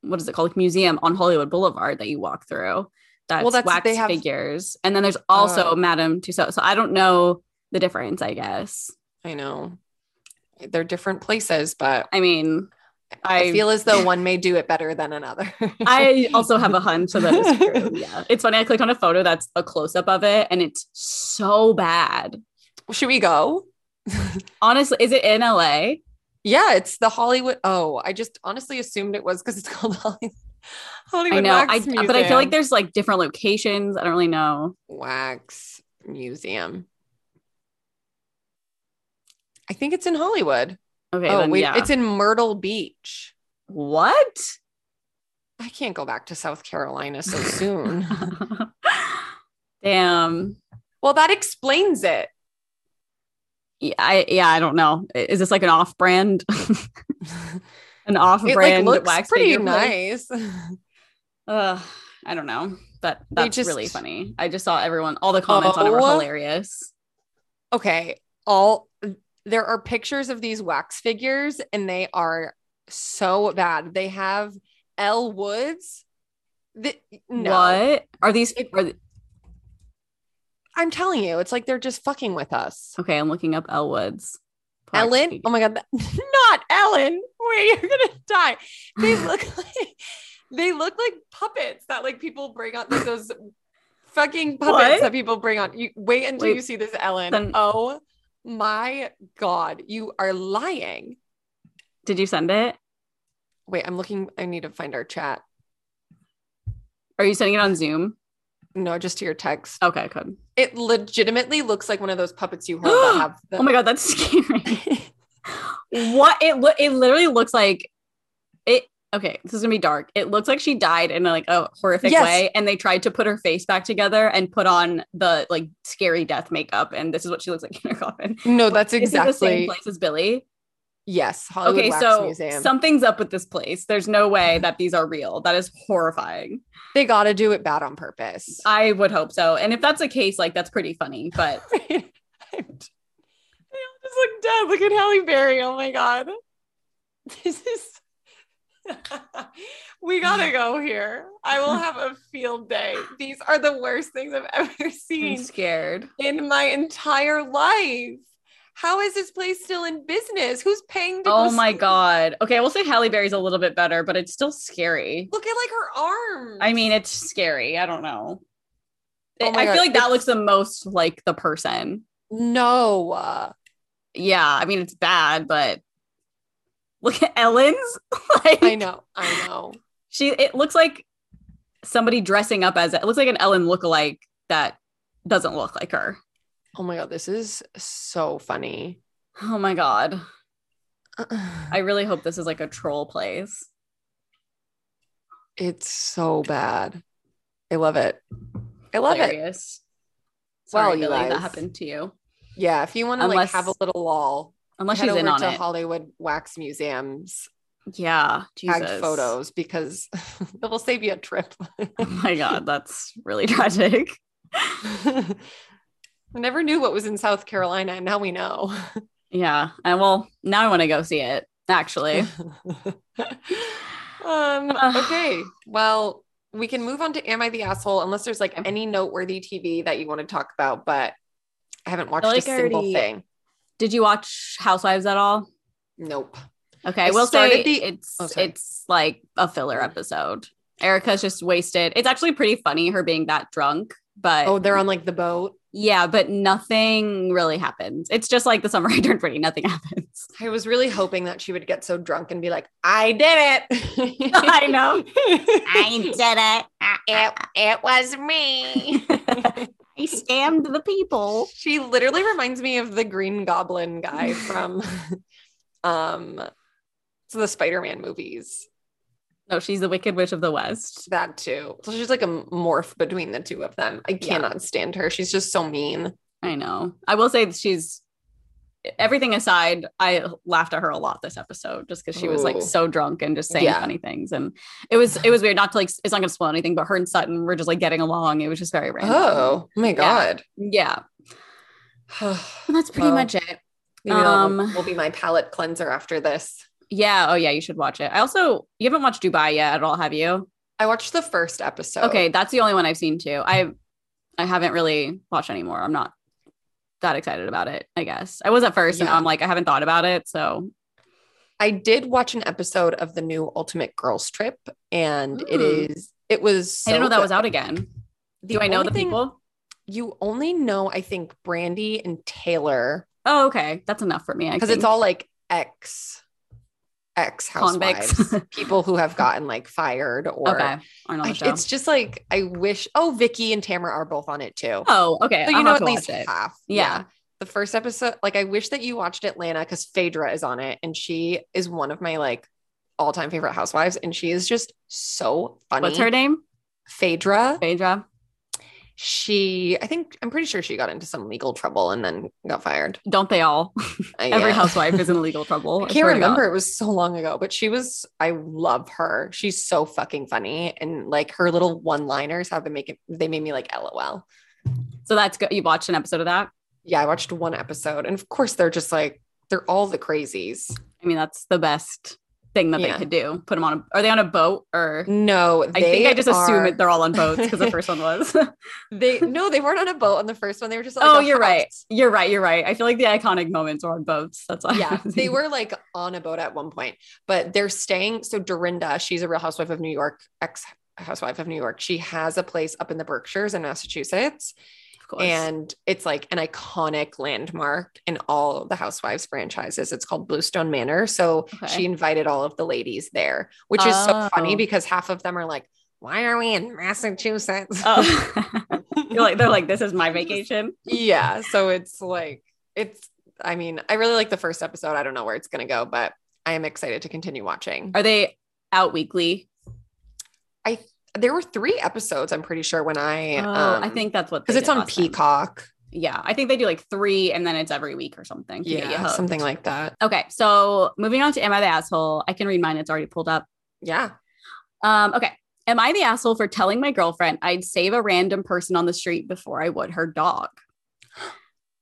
Speaker 2: what is it called, museum on Hollywood Boulevard that you walk through. That's,
Speaker 1: Well, that's-
Speaker 2: wax
Speaker 1: they have-
Speaker 2: figures, and then there's also
Speaker 1: Oh.
Speaker 2: Madame Tussauds. So I don't know the difference. I guess.
Speaker 1: I know they're different places, but
Speaker 2: I mean,
Speaker 1: I,
Speaker 2: I-
Speaker 1: feel as though one may do it better than another.
Speaker 2: I also have a hunch that that is true. Yeah, it's funny. I clicked on a photo that's a close up of it, and it's so bad.
Speaker 1: Should we go?
Speaker 2: Honestly, is it in LA?
Speaker 1: Yeah, it's the Hollywood. Oh, I just honestly assumed it was because it's called Hollywood. Hollywood
Speaker 2: I know,
Speaker 1: Wax
Speaker 2: I,
Speaker 1: Museum.
Speaker 2: but I feel like there's like different locations. I don't really know.
Speaker 1: Wax Museum. I think it's in Hollywood.
Speaker 2: Okay,
Speaker 1: oh,
Speaker 2: then,
Speaker 1: wait,
Speaker 2: yeah.
Speaker 1: it's in Myrtle Beach.
Speaker 2: what?
Speaker 1: I can't go back to South Carolina so soon.
Speaker 2: Damn.
Speaker 1: well, that explains it.
Speaker 2: Yeah, I, yeah, I don't know. I- Is this like an off brand? an off
Speaker 1: It like
Speaker 2: brand
Speaker 1: looks
Speaker 2: wax
Speaker 1: pretty
Speaker 2: figure place?
Speaker 1: nice.
Speaker 2: Ugh, I don't know. But
Speaker 1: They
Speaker 2: that's
Speaker 1: just-
Speaker 2: really funny. I just saw everyone, all the comments on it were
Speaker 1: Oh.
Speaker 2: hilarious.
Speaker 1: okay, all there are pictures of these wax figures and they are so bad. They have L Woods. The, no,
Speaker 2: What are these?
Speaker 1: It-
Speaker 2: are th-
Speaker 1: I'm telling you, it's like they're just fucking with us.
Speaker 2: okay, I'm looking up Elwood's.
Speaker 1: Ellen, oh my god, that- not Ellen. Wait, you're gonna die. They look like they look like puppets that like people bring on like those fucking puppets
Speaker 2: What?
Speaker 1: that people bring on. You wait until
Speaker 2: Wait,
Speaker 1: you see this, Ellen.
Speaker 2: then-
Speaker 1: oh my god, you are lying.
Speaker 2: Did you send it?
Speaker 1: Wait, I'm looking. I need to find our chat.
Speaker 2: Are you sending it on Zoom?
Speaker 1: No, just to your text.
Speaker 2: Okay, good.
Speaker 1: It legitimately looks like one of those puppets you hold that have the
Speaker 2: Oh my god, that's scary. what it lo- it literally looks like it okay this is gonna be dark it looks like she died in like a horrific
Speaker 1: Yes.
Speaker 2: way and they tried to put her face back together and put on the like scary death makeup and this is what she looks like in her coffin
Speaker 1: No, that's
Speaker 2: This is the same
Speaker 1: exactly
Speaker 2: place as billy
Speaker 1: yes. Hollywood
Speaker 2: okay
Speaker 1: Wax
Speaker 2: so
Speaker 1: Museum.
Speaker 2: something's up with this place there's no way that these are real that is horrifying
Speaker 1: they got to do it bad on purpose.
Speaker 2: i would hope so and if that's the case like that's pretty funny but
Speaker 1: they all just look dead. Look at Halle Berry. Oh my god, this is. we gotta go here. I will have a field day. These are the worst things I've ever
Speaker 2: i'm
Speaker 1: seen
Speaker 2: scared
Speaker 1: in my entire life. How is this place still in business? Who's paying to? go
Speaker 2: oh my
Speaker 1: see-
Speaker 2: god okay i will say halle berry's a little bit better but it's still scary
Speaker 1: Look at like her arm.
Speaker 2: I mean, it's scary. I don't know.
Speaker 1: Oh my
Speaker 2: I
Speaker 1: God,
Speaker 2: feel like that
Speaker 1: it's-
Speaker 2: looks the most like the person.
Speaker 1: no. uh,
Speaker 2: Yeah, I mean, it's bad, but look at Ellen's. like,
Speaker 1: I know. I know.
Speaker 2: She. It looks like somebody dressing up as it looks like an Ellen lookalike that doesn't look like her.
Speaker 1: Oh my god, this is so funny.
Speaker 2: Oh my god! I really hope this is like a troll place.
Speaker 1: It's so bad. I love it. I love it.
Speaker 2: Hilarious. Sorry,
Speaker 1: Well, you
Speaker 2: Billy, that
Speaker 1: guys.
Speaker 2: happened to you.
Speaker 1: Yeah. If you want to like
Speaker 2: Unless-
Speaker 1: have a little lull,
Speaker 2: Unless
Speaker 1: head
Speaker 2: she's
Speaker 1: over
Speaker 2: in on
Speaker 1: to
Speaker 2: it.
Speaker 1: Hollywood Wax Museums,
Speaker 2: yeah,
Speaker 1: tag
Speaker 2: Jesus.
Speaker 1: photos because it will save you a trip.
Speaker 2: Oh my god, that's really tragic.
Speaker 1: I never knew what was in South Carolina. and Now we know.
Speaker 2: Yeah. And well, now I want to go see it, actually.
Speaker 1: um, okay. Well, we can move on to Am I the Asshole unless there's like any noteworthy TV that you want to talk about, but I haven't watched a
Speaker 2: like I
Speaker 1: single
Speaker 2: already-
Speaker 1: thing.
Speaker 2: Did you watch Housewives at all?
Speaker 1: Nope.
Speaker 2: Okay,
Speaker 1: I
Speaker 2: I, will
Speaker 1: started
Speaker 2: say
Speaker 1: the-
Speaker 2: it's
Speaker 1: Oh, sorry.
Speaker 2: it's like a filler episode. Erica's just wasted. It's actually pretty funny her being that drunk, but
Speaker 1: Oh, they're on like the boat.
Speaker 2: yeah, but nothing really happens. It's just like the summer I turned pretty. Nothing happens.
Speaker 1: I was really hoping that she would get so drunk and be like, I did it.
Speaker 2: I know.
Speaker 1: I
Speaker 2: did it.
Speaker 1: it, it was me.
Speaker 2: I scammed the people.
Speaker 1: she literally reminds me of the Green Goblin guy from um so the Spider-Man movies.
Speaker 2: No, she's the Wicked Witch of the West.
Speaker 1: That too. So she's like a morph between the two of them. I
Speaker 2: Yeah. Oh,
Speaker 1: cannot stand her. She's just so mean.
Speaker 2: I know. I will say that she's everything aside, I laughed at her a lot this episode just because she was like
Speaker 3: Ooh.
Speaker 2: so drunk and just saying
Speaker 1: Yeah.
Speaker 2: funny things. And it was it was weird not to like it's not gonna spoil anything, but her and Sutton were just like getting along. It was just very random.
Speaker 1: Oh,
Speaker 3: Oh my god.
Speaker 2: Yeah.
Speaker 1: maybe
Speaker 2: And that's pretty
Speaker 1: Well.
Speaker 2: much it.
Speaker 1: um,
Speaker 2: Um,
Speaker 1: will be my palate cleanser after this.
Speaker 2: Yeah. Oh yeah, you should watch it. I also you haven't watched Dubai yet at all, have you?
Speaker 1: I watched the first episode.
Speaker 2: Okay, that's the only one I've seen too. I I haven't really watched anymore. I'm not that excited about it, I guess. I was at first and
Speaker 1: Yeah.
Speaker 2: I'm like, I haven't thought about it. So
Speaker 1: I did watch an episode of the new Ultimate Girls Trip, and it
Speaker 2: Mm.
Speaker 1: is it was.
Speaker 2: I didn't
Speaker 1: so
Speaker 2: know that
Speaker 1: good.
Speaker 2: was out again.
Speaker 1: The
Speaker 2: Do I know
Speaker 1: only
Speaker 2: the
Speaker 1: thing-
Speaker 2: people?
Speaker 1: You only know, I think, Brandy and Taylor
Speaker 2: Oh, okay. That's enough for me.
Speaker 1: because it's all like ex ex
Speaker 2: Convicts.
Speaker 1: housewives, people who have gotten like fired or.
Speaker 2: okay. Aren't on
Speaker 1: I-
Speaker 2: the show.
Speaker 1: it's just like I wish. Oh, Vicky and Tamara are both on it too.
Speaker 2: oh, okay.
Speaker 1: so
Speaker 2: I'll
Speaker 1: you know
Speaker 2: have
Speaker 1: at
Speaker 2: to
Speaker 1: least
Speaker 2: watch it.
Speaker 1: half.
Speaker 2: Yeah.
Speaker 1: The first episode, like I wish that you watched Atlanta because Phaedra is on it and she is one of my like all-time favorite housewives. And she is just so funny.
Speaker 2: What's her name?
Speaker 1: Phaedra.
Speaker 2: Phaedra.
Speaker 1: She I think I'm pretty sure she got into some legal trouble and then got fired.
Speaker 2: Don't they all?
Speaker 1: I-
Speaker 2: Every
Speaker 1: yeah.
Speaker 2: housewife is in legal trouble.
Speaker 1: I can't
Speaker 2: swear to God.
Speaker 1: remember. It was so long ago, but she was, I love her. She's so fucking funny. And like her little one liners have been making, they made me like LOL.
Speaker 2: So that's good. You watched an episode of that?
Speaker 1: Yeah, I watched one episode. And of course, they're just like, they're all the crazies.
Speaker 2: I mean, that's the best thing that
Speaker 1: Yeah.
Speaker 2: they could do. Put them on a, are they on a boat or
Speaker 1: No,
Speaker 2: I think I just assume
Speaker 1: are-
Speaker 2: that they're all on boats because the first one was.
Speaker 1: They no, they weren't on a boat on the first one. They were just. at, Like
Speaker 2: oh,
Speaker 1: a
Speaker 2: you're right.
Speaker 1: house.
Speaker 2: You're right. You're right. I feel like the iconic moments were on boats. That's why.
Speaker 1: Yeah, they were like on a boat at one point, but they're staying. So Dorinda, she's a Real Housewife of New York, ex Housewife of New York. She has a place up in the Berkshires in Massachusetts,
Speaker 2: Of course.
Speaker 1: and it's like an iconic landmark in all the Housewives franchises. It's called Bluestone Manor. So
Speaker 2: Okay.
Speaker 1: she invited all of the ladies there, which is so funny
Speaker 2: Oh.
Speaker 1: because half of them are like, "Why are we in Massachusetts?"
Speaker 2: Oh. you're like they're like this is my vacation.
Speaker 1: yeah so it's like it's i mean i really like the first episode i don't know where it's going to go but i am excited to continue watching
Speaker 2: Are they out weekly?
Speaker 1: there were three episodes i'm pretty sure when i
Speaker 2: oh,
Speaker 1: um,
Speaker 2: I think that's what
Speaker 1: because
Speaker 2: they
Speaker 1: it's
Speaker 2: did
Speaker 1: on
Speaker 2: last time.
Speaker 1: peacock
Speaker 2: Yeah, I think they do like three, and then it's every week or something. to get you
Speaker 1: yeah
Speaker 2: hooked.
Speaker 1: something like that
Speaker 2: Okay, so moving on to Am I the Asshole? I can read mine. It's already pulled up.
Speaker 1: yeah
Speaker 2: Um, okay. Am I the asshole for telling my girlfriend I'd save a random person on the street before I would her dog?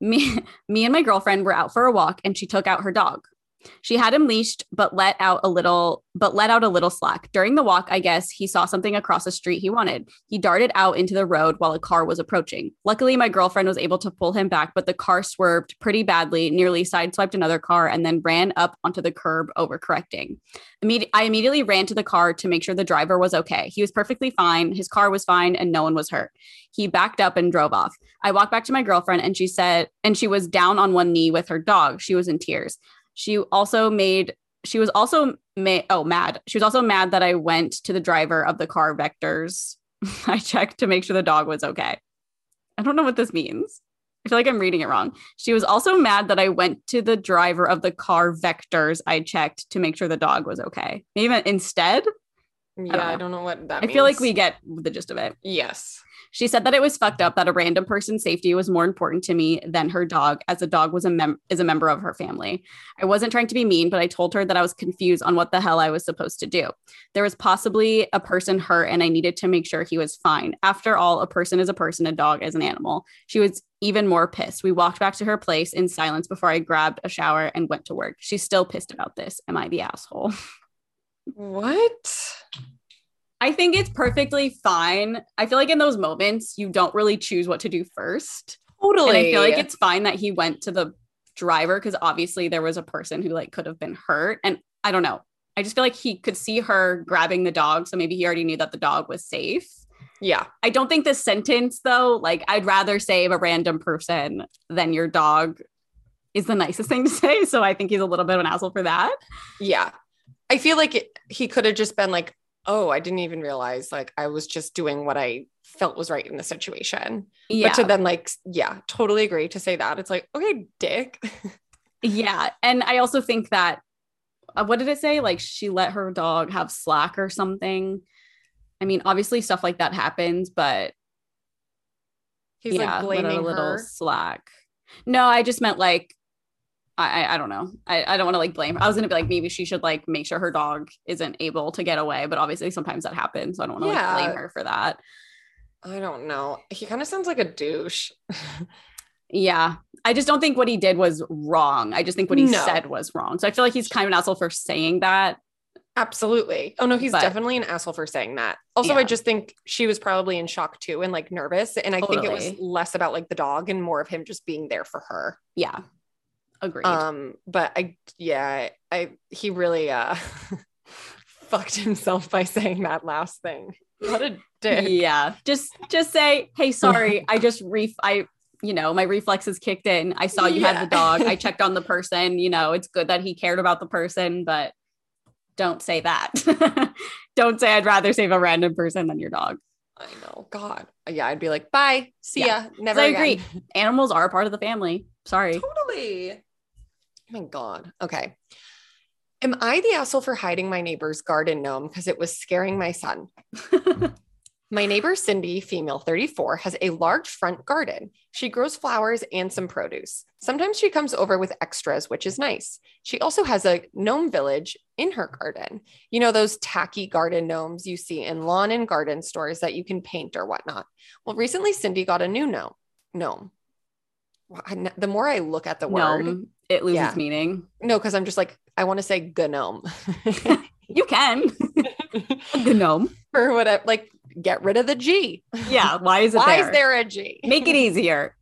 Speaker 2: Me, me and my girlfriend were out for a walk and she took out her dog. She had him leashed, but let out a little, but let out a little slack. During the walk, I guess he saw something across the street he wanted. He darted out into the road while a car was approaching. Luckily, my girlfriend was able to pull him back, but the car swerved pretty badly, nearly sideswiped another car, and then ran up onto the curb, overcorrecting. Immedi- I immediately ran to the car to make sure the driver was okay. He was perfectly fine. His car was fine and no one was hurt. He backed up and drove off. I walked back to my girlfriend and she said, and she was down on one knee with her dog. She was in tears. She also made, she was also ma- oh, mad. She was also mad that I went to the driver of the car vectors. I checked to make sure the dog was okay. I don't know what this means. I feel like I'm reading it wrong. She was also mad that I went to the driver of the car vectors I checked to make sure the dog was okay. Maybe instead,
Speaker 1: yeah i
Speaker 2: know.
Speaker 1: don't, know what that
Speaker 2: I feel like we
Speaker 1: means.
Speaker 2: get the gist of it.
Speaker 1: yes
Speaker 2: She said that it was fucked up that a random person's safety was more important to me than her dog, as the dog was a mem- is a member of her family. I wasn't trying to be mean, but I told her that I was confused on what the hell I was supposed to do. There was possibly a person hurt, and I needed to make sure he was fine. After all, a person is a person, a dog is an animal. She was even more pissed. We walked back to her place in silence before I grabbed a shower and went to work. She's still pissed about this. Am I the asshole?
Speaker 1: what
Speaker 2: I think it's perfectly fine. I feel like in those moments, you don't really choose what to do first.
Speaker 1: totally
Speaker 2: And I feel like it's fine that he went to the driver because obviously there was a person who like could have been hurt. And I don't know. I just feel like he could see her grabbing the dog. So maybe he already knew that the dog was safe.
Speaker 1: yeah
Speaker 2: I don't think this sentence though, like I'd rather save a random person than your dog is the nicest thing to say. So I think he's a little bit of an asshole for that.
Speaker 1: yeah i feel like it, he could have just been like oh i didn't even realize like i was just doing what i felt was right in the situation
Speaker 2: Yeah.
Speaker 1: But to then like, s- yeah, totally agree to say that. It's like, okay, dick.
Speaker 2: Yeah. And I also think that, uh, what did it say? Like she let her dog have slack or something. I mean, obviously stuff like that happens, but
Speaker 1: He's
Speaker 2: yeah,
Speaker 1: like
Speaker 2: let her
Speaker 1: blaming
Speaker 2: a little
Speaker 1: her.
Speaker 2: slack. No, I just meant like, I, I- I don't know. I, I don't want to like blame her. I was gonna be like, maybe she should like make sure her dog isn't able to get away, but obviously sometimes that happens. So I don't want to
Speaker 1: Yeah.
Speaker 2: like blame her for that.
Speaker 1: I don't know. He kind of sounds like a douche.
Speaker 2: Yeah. I just don't think what he did was wrong. I just think what he
Speaker 1: No.
Speaker 2: said was wrong. So I feel like he's kind of an asshole for saying that.
Speaker 1: Absolutely. Oh no, he's
Speaker 2: But-
Speaker 1: definitely an asshole for saying that. Also,
Speaker 2: Yeah.
Speaker 1: I just think she was probably in shock too and like nervous. And I think it was
Speaker 2: Totally.
Speaker 1: less about like the dog and more of him just being there for her.
Speaker 2: Yeah. Agreed.
Speaker 1: Um, but I yeah, I he really uh fucked himself by saying that last thing. What a dick.
Speaker 2: yeah. Just just say, hey, sorry. I just ref I you know, my reflexes kicked in. I saw you
Speaker 1: Yeah.
Speaker 2: had the dog. I checked on the person. You know, it's good that he cared about the person, but don't say that. don't say I'd rather save a random person than your dog.
Speaker 1: I know. God. Yeah, I'd be like, bye, see
Speaker 2: Yeah.
Speaker 1: ya. Never
Speaker 2: I
Speaker 1: again.
Speaker 2: agree. Animals are part of the family. Sorry.
Speaker 3: Totally.
Speaker 1: Oh my God. Okay. Am I the asshole for hiding my neighbor's garden gnome because it was scaring my son? My neighbor Cindy, female 34, has a large front garden. She grows flowers and some produce. Sometimes she comes over with extras, which is nice. She also has a gnome village in her garden. You know, those tacky garden gnomes you see in lawn and garden stores that you can paint or whatnot. Well, recently, Cindy got a new gnome. Gnome. Wha- I n- The more I look at the word,
Speaker 2: No, it loses
Speaker 1: Yeah.
Speaker 2: meaning.
Speaker 1: no, because I'm just like, I want to say gnome
Speaker 2: You can. Gnome.
Speaker 1: or whatever. Like, get rid of the G.
Speaker 2: Yeah. Why is it
Speaker 1: Why
Speaker 2: there?
Speaker 1: is there a G?
Speaker 2: Make it easier.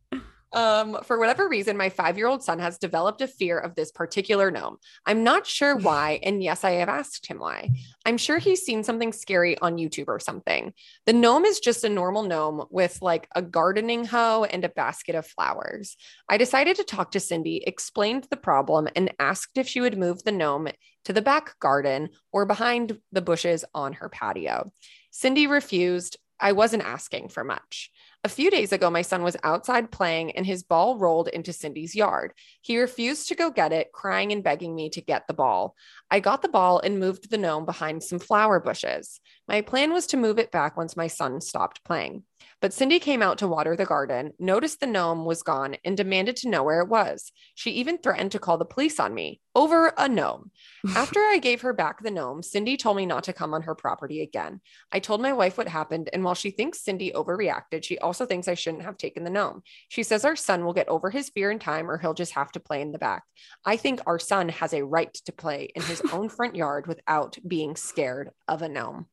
Speaker 1: Um, for whatever reason, my five year old son has developed a fear of this particular gnome. I'm not sure why. And yes, I have asked him why. I'm sure he's seen something scary on YouTube or something. The gnome is just a normal gnome with like a gardening hoe and a basket of flowers. I decided to talk to Cindy, explained the problem, and asked if she would move the gnome to the back garden or behind the bushes on her patio. Cindy refused. I wasn't asking for much. A few days ago, my son was outside playing and his ball rolled into Cindy's yard. He refused to go get it, crying and begging me to get the ball. I got the ball and moved the gnome behind some flower bushes. My plan was to move it back once my son stopped playing. But Cindy came out to water the garden, noticed the gnome was gone, and demanded to know where it was. She even threatened to call the police on me over a gnome. After I gave her back the gnome, Cindy told me not to come on her property again. I told my wife what happened, and while she thinks Cindy overreacted, she also thinks I shouldn't have taken the gnome. She says our son will get over his fear in time or he'll just have to play in the back. I think our son has a right to play in his own front yard without being scared of a gnome.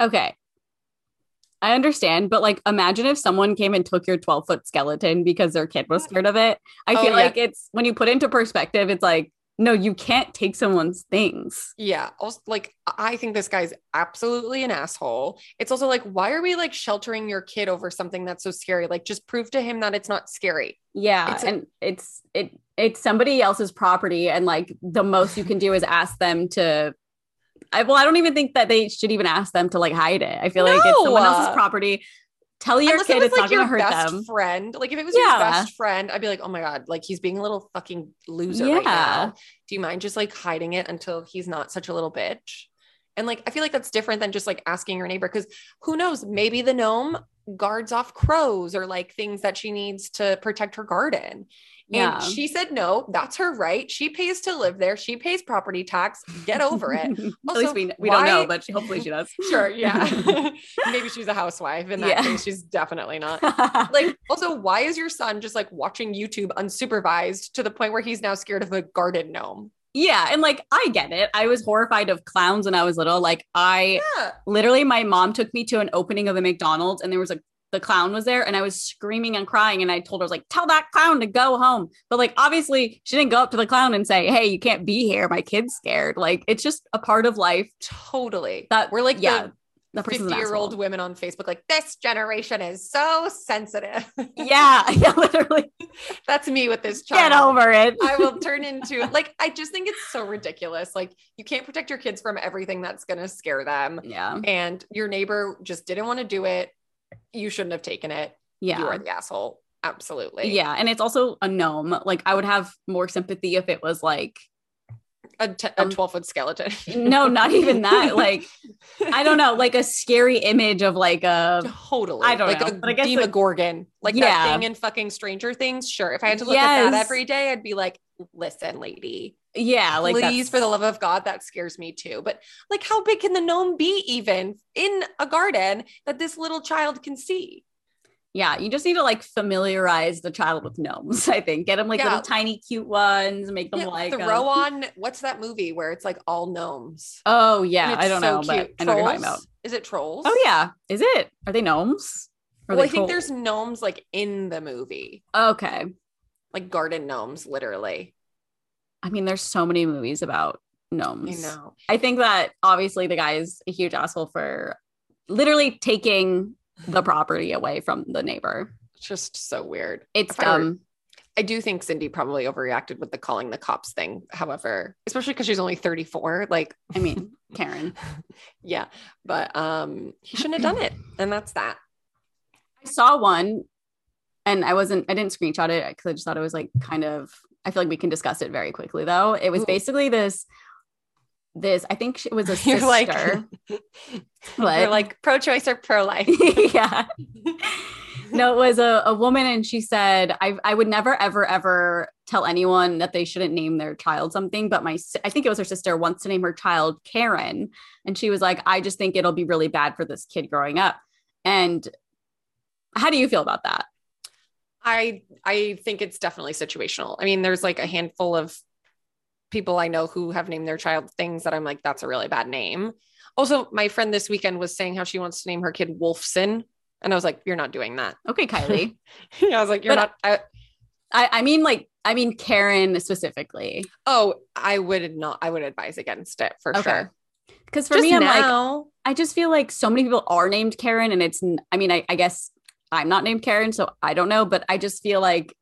Speaker 2: Okay. I understand, but like imagine if someone came and took your 12 foot skeleton because their kid was scared of it. I
Speaker 1: Oh,
Speaker 2: feel
Speaker 1: yeah.
Speaker 2: like it's when you put into perspective, it's like, no, you can't take someone's things.
Speaker 1: Yeah. Also, like, I think this guy's absolutely an asshole. It's also like, why are we like sheltering your kid over something that's so scary? Like, just prove to him that it's not scary.
Speaker 2: Yeah.
Speaker 1: It's a-
Speaker 2: and it's it it's somebody else's property. And like the most you can do is ask them to I well, I don't even think that they should even ask them to like hide it. I feel like it's someone
Speaker 1: No.
Speaker 2: else's property. Tell your
Speaker 1: Unless
Speaker 2: kid
Speaker 1: it
Speaker 2: it's
Speaker 1: was
Speaker 2: not
Speaker 1: like
Speaker 2: gonna
Speaker 1: your
Speaker 2: hurt
Speaker 1: best
Speaker 2: them.
Speaker 1: friend. Like if it was
Speaker 2: Yeah.
Speaker 1: your best friend, I'd be like, oh my god, like he's being a little fucking loser right
Speaker 2: Yeah.
Speaker 1: now. Do you mind just like hiding it until he's not such a little bitch? And like I feel like that's different than just like asking your neighbor because who knows? Maybe the gnome guards off crows or like things that she needs to protect her garden.
Speaker 2: Yeah.
Speaker 1: And she said no, that's her right. She pays to live there. She pays property tax. Get over it.
Speaker 2: At least
Speaker 1: Also,
Speaker 2: we, we don't know,
Speaker 1: why-
Speaker 2: but she, hopefully she does.
Speaker 1: Sure, yeah. Maybe she's a housewife. In that
Speaker 2: Yeah.
Speaker 1: case, she's definitely not like also why is your son just like watching youtube unsupervised to the point where he's now scared of a garden gnome
Speaker 2: Yeah, and like I get it. I was horrified of clowns when I was little. Like I
Speaker 1: yeah
Speaker 2: literally my mom took me to an opening of a McDonald's and there was a the clown was there and I was screaming and crying and I told her I was like tell that clown to go home. But like obviously she didn't go up to the clown and say, "Hey, you can't be here. My kid's scared." Like it's just a part of life
Speaker 1: totally
Speaker 2: that
Speaker 1: we're like
Speaker 2: yeah,
Speaker 1: the
Speaker 2: the person's an
Speaker 1: 50 year old
Speaker 2: asshole.
Speaker 1: women on facebook like this generation is so sensitive
Speaker 2: Yeah, yeah, literally.
Speaker 1: that's me with this child
Speaker 2: Get over it.
Speaker 1: i will turn into like i just think it's so ridiculous like you can't protect your kids from everything that's going to scare them
Speaker 2: yeah.
Speaker 1: and your neighbor just didn't want to do it you shouldn't have taken it
Speaker 2: Yeah.
Speaker 1: you are the asshole absolutely
Speaker 2: Yeah, and it's also a gnome. Like I would have more sympathy if it was like
Speaker 1: a t- a
Speaker 2: Um,
Speaker 1: 12 foot skeleton
Speaker 2: no, not even that. Like I don't know, like a scary image of like a
Speaker 1: Totally.
Speaker 2: I don't
Speaker 1: like
Speaker 2: know,
Speaker 1: a
Speaker 2: but I guess, like-
Speaker 1: demogorgon, like
Speaker 2: Yeah.
Speaker 1: that thing in fucking Stranger Things. Sure, if I had to look at
Speaker 2: Yes.
Speaker 1: that every day, I'd be like, listen, lady,
Speaker 2: yeah, like that's-
Speaker 1: please, for the love of God, that scares me too. But like, how big can the gnome be even in a garden that this little child can see?
Speaker 2: yeah, you just need to like familiarize the child with gnomes. I think get them like
Speaker 1: Yeah.
Speaker 2: little tiny cute ones, make them
Speaker 1: Yeah,
Speaker 2: like
Speaker 1: throw
Speaker 2: um,
Speaker 1: on what's that movie where it's like all gnomes?
Speaker 2: Oh
Speaker 1: And
Speaker 2: yeah,
Speaker 1: it's
Speaker 2: I don't
Speaker 1: so
Speaker 2: know, but
Speaker 1: cute.
Speaker 2: I know what you're talking about.
Speaker 1: Trolls? Is it trolls?
Speaker 2: Oh yeah, is it? Are they gnomes? Or are
Speaker 1: Well, I
Speaker 2: they
Speaker 1: think
Speaker 2: trolls?
Speaker 1: there's gnomes like in the movie,
Speaker 2: okay.
Speaker 1: like garden gnomes, literally.
Speaker 2: I mean, there's so many movies about
Speaker 1: You
Speaker 2: gnomes.
Speaker 1: know.
Speaker 2: I think that obviously the guy is a huge asshole for literally taking the property away from the neighbor.
Speaker 1: It's just so weird.
Speaker 2: It's
Speaker 1: If I were-
Speaker 2: dumb.
Speaker 1: I do think Cindy probably overreacted with the calling the cops thing, however, especially because she's only 34. Like,
Speaker 2: I mean, Karen.
Speaker 1: yeah, but um he shouldn't have done it. And that's that.
Speaker 2: I saw one and I wasn't, I didn't screenshot it because I just thought it was like kind of, I feel like we can discuss it very quickly though. It was
Speaker 1: Ooh.
Speaker 2: basically this, this, I think it was a
Speaker 1: You're
Speaker 2: sister.
Speaker 1: like- They're
Speaker 2: What?
Speaker 1: like pro choice or pro life.
Speaker 2: yeah. No, it was a, a woman, and she said, I, I would never, ever, ever tell anyone that they shouldn't name their child something. But my, si- I think it was her sister, wants to name her child Karen. And she was like, I just think it'll be really bad for this kid growing up. And how do you feel about that?
Speaker 1: I I think it's definitely situational. I mean, there's like a handful of people I know who have named their child things that I'm like, that's a really bad name. Also, my friend this weekend was saying how she wants to name her kid Wolfson. And I was like, you're not doing that.
Speaker 2: Okay, Kylie.
Speaker 1: I was like, you're
Speaker 2: But-
Speaker 1: not. I,
Speaker 2: I, I mean, like, I mean, Karen specifically.
Speaker 1: oh, I would not. I would advise against it for
Speaker 2: Okay.
Speaker 1: sure.
Speaker 2: Because for
Speaker 1: Just
Speaker 2: me, I'm like,
Speaker 1: now,
Speaker 2: I just feel like so many people are named Karen, and it's, n- I mean, I, I guess I'm not named Karen, so I don't know, but I just feel like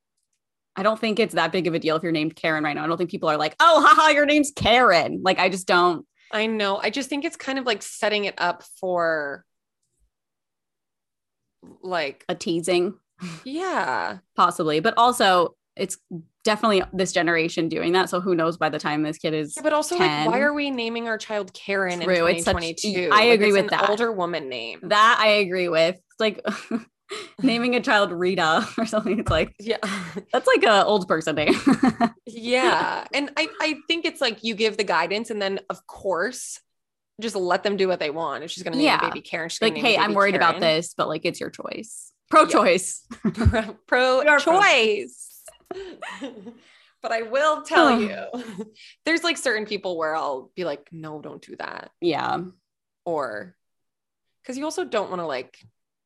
Speaker 2: I don't think it's that big of a deal if you're named Karen right now. I don't think people are like, oh, haha, your name's Karen. Like, I just don't.
Speaker 1: I know. I just think it's kind of like setting it up for like,
Speaker 2: A teasing,
Speaker 1: yeah.
Speaker 2: possibly, but also it's definitely this generation doing that. So who knows by the time this kid is.
Speaker 1: Yeah, but also like, why
Speaker 2: 10.
Speaker 1: are we naming our child Karen
Speaker 2: True,
Speaker 1: in
Speaker 2: it's such- e-
Speaker 1: 2022?
Speaker 2: I
Speaker 1: Like,
Speaker 2: agree
Speaker 1: it's
Speaker 2: with
Speaker 1: an
Speaker 2: that.
Speaker 1: Older woman name.
Speaker 2: That I agree with. It's like naming a child Rita or something. It's like,
Speaker 1: Yeah,
Speaker 2: that's like a old person name.
Speaker 1: yeah. And I, I think it's like you give the guidance, and then of course, just let them do what they want. If she's gonna name
Speaker 2: Yeah.
Speaker 1: a baby Karen, she's gonna
Speaker 2: like,
Speaker 1: name the
Speaker 2: hey, I'm
Speaker 1: baby
Speaker 2: worried about
Speaker 1: Karen.
Speaker 2: this, but like, it's your choice. Pro choice.
Speaker 1: pro
Speaker 2: We are pro-
Speaker 1: choice. but I will tell you, there's like certain people where I'll be like, no, don't do that,
Speaker 2: Yeah.
Speaker 1: or because you also don't want to like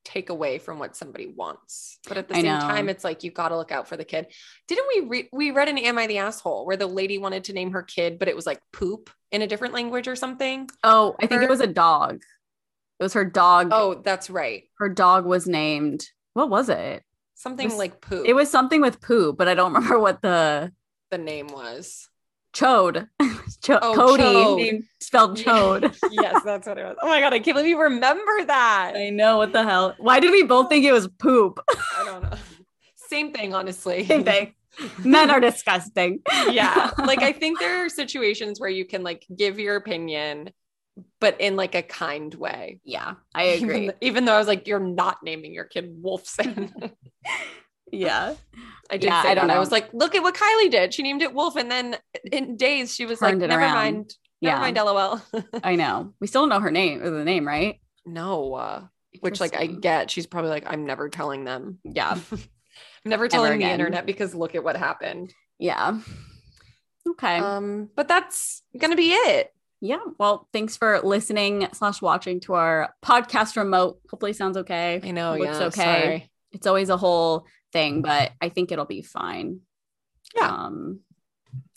Speaker 1: take away from what somebody wants. But at the
Speaker 2: I
Speaker 1: same
Speaker 2: know.
Speaker 1: time, it's like you got to look out for the kid. Didn't we re- we read an Am I the asshole where the lady wanted to name her kid, but it was like poop in a different language or something?
Speaker 2: Oh, I think
Speaker 1: Her-
Speaker 2: it was a dog. It was her dog.
Speaker 1: Oh, that's right,
Speaker 2: Her dog was named. What was it?
Speaker 1: something
Speaker 2: Was-
Speaker 1: like poop.
Speaker 2: It was something with poo, but I don't remember what the
Speaker 1: the name was.
Speaker 2: chode. Cho-
Speaker 1: Oh,
Speaker 2: Cody
Speaker 1: Chode.
Speaker 2: named- spelled chode.
Speaker 1: yes, that's what it was. Oh my god, I can't believe you remember that.
Speaker 2: I know what the hell. Why did we both think it was poop?
Speaker 1: I don't know. Same thing, honestly.
Speaker 2: Same thing. Men are disgusting.
Speaker 1: yeah. Like I think there are situations where you can like give your opinion, but in like a kind way.
Speaker 2: yeah, I
Speaker 1: Even,
Speaker 2: agree.
Speaker 1: th- even though I was like, you're not naming your kid Wolfson.
Speaker 2: yeah,
Speaker 1: I did
Speaker 2: Yeah,
Speaker 1: say
Speaker 2: I don't
Speaker 1: that. I
Speaker 2: know.
Speaker 1: was like, look at what Kylie did. She named it Wolf. And then in days, she was
Speaker 2: Turned
Speaker 1: like,
Speaker 2: it
Speaker 1: never
Speaker 2: around.
Speaker 1: mind. Never
Speaker 2: yeah.
Speaker 1: mind, LOL.
Speaker 2: I know. We still don't know her name. The name, right?
Speaker 1: no. Uh, which like I
Speaker 2: Interesting.
Speaker 1: get. She's probably like, I'm never telling them.
Speaker 2: Yeah,
Speaker 1: Never telling the
Speaker 2: again.
Speaker 1: internet because look at what happened.
Speaker 2: yeah. Okay.
Speaker 1: Hmm. Um, but that's gonna be it.
Speaker 2: yeah well thanks for listening slash watching to our podcast remote hopefully sounds okay
Speaker 1: I know.
Speaker 2: Looks
Speaker 1: yeah,
Speaker 2: okay.
Speaker 1: sorry.
Speaker 2: it's always a whole thing but i think it'll be fine
Speaker 1: Yeah.
Speaker 2: um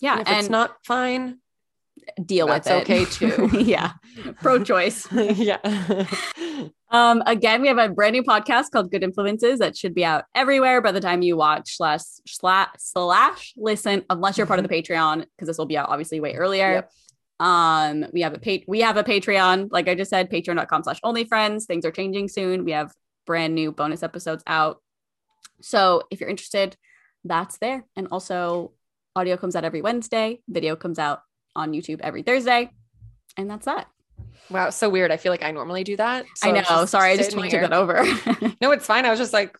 Speaker 2: yeah
Speaker 1: And
Speaker 2: and,
Speaker 1: if it's not fine,
Speaker 2: deal with it
Speaker 1: that's okay, too.
Speaker 2: yeah pro choice
Speaker 1: yeah.
Speaker 2: um again we have a brand new podcast called good influences that should be out everywhere by the time you watch slash slash slash listen unless you're part of the patreon because this will be out obviously way earlier
Speaker 1: Mm-hmm. Yep.
Speaker 2: um we have a pa- we have a patreon like i just said patreon.com slash only friends things are changing soon we have brand new bonus episodes out so if you're interested that's there and also audio comes out every wednesday video comes out on youtube every thursday and that's that
Speaker 1: Wow, so weird. I feel like I normally do that. So
Speaker 2: i know
Speaker 1: was just
Speaker 2: sorry i just
Speaker 1: sitting
Speaker 2: took
Speaker 1: here-
Speaker 2: that over
Speaker 1: No, it's fine. I was just like,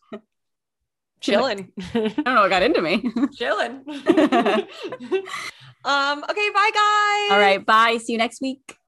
Speaker 1: chilling,
Speaker 2: I don't know what got into me.
Speaker 1: chilling. um, okay, bye guys.
Speaker 2: All right. Bye. See you next week.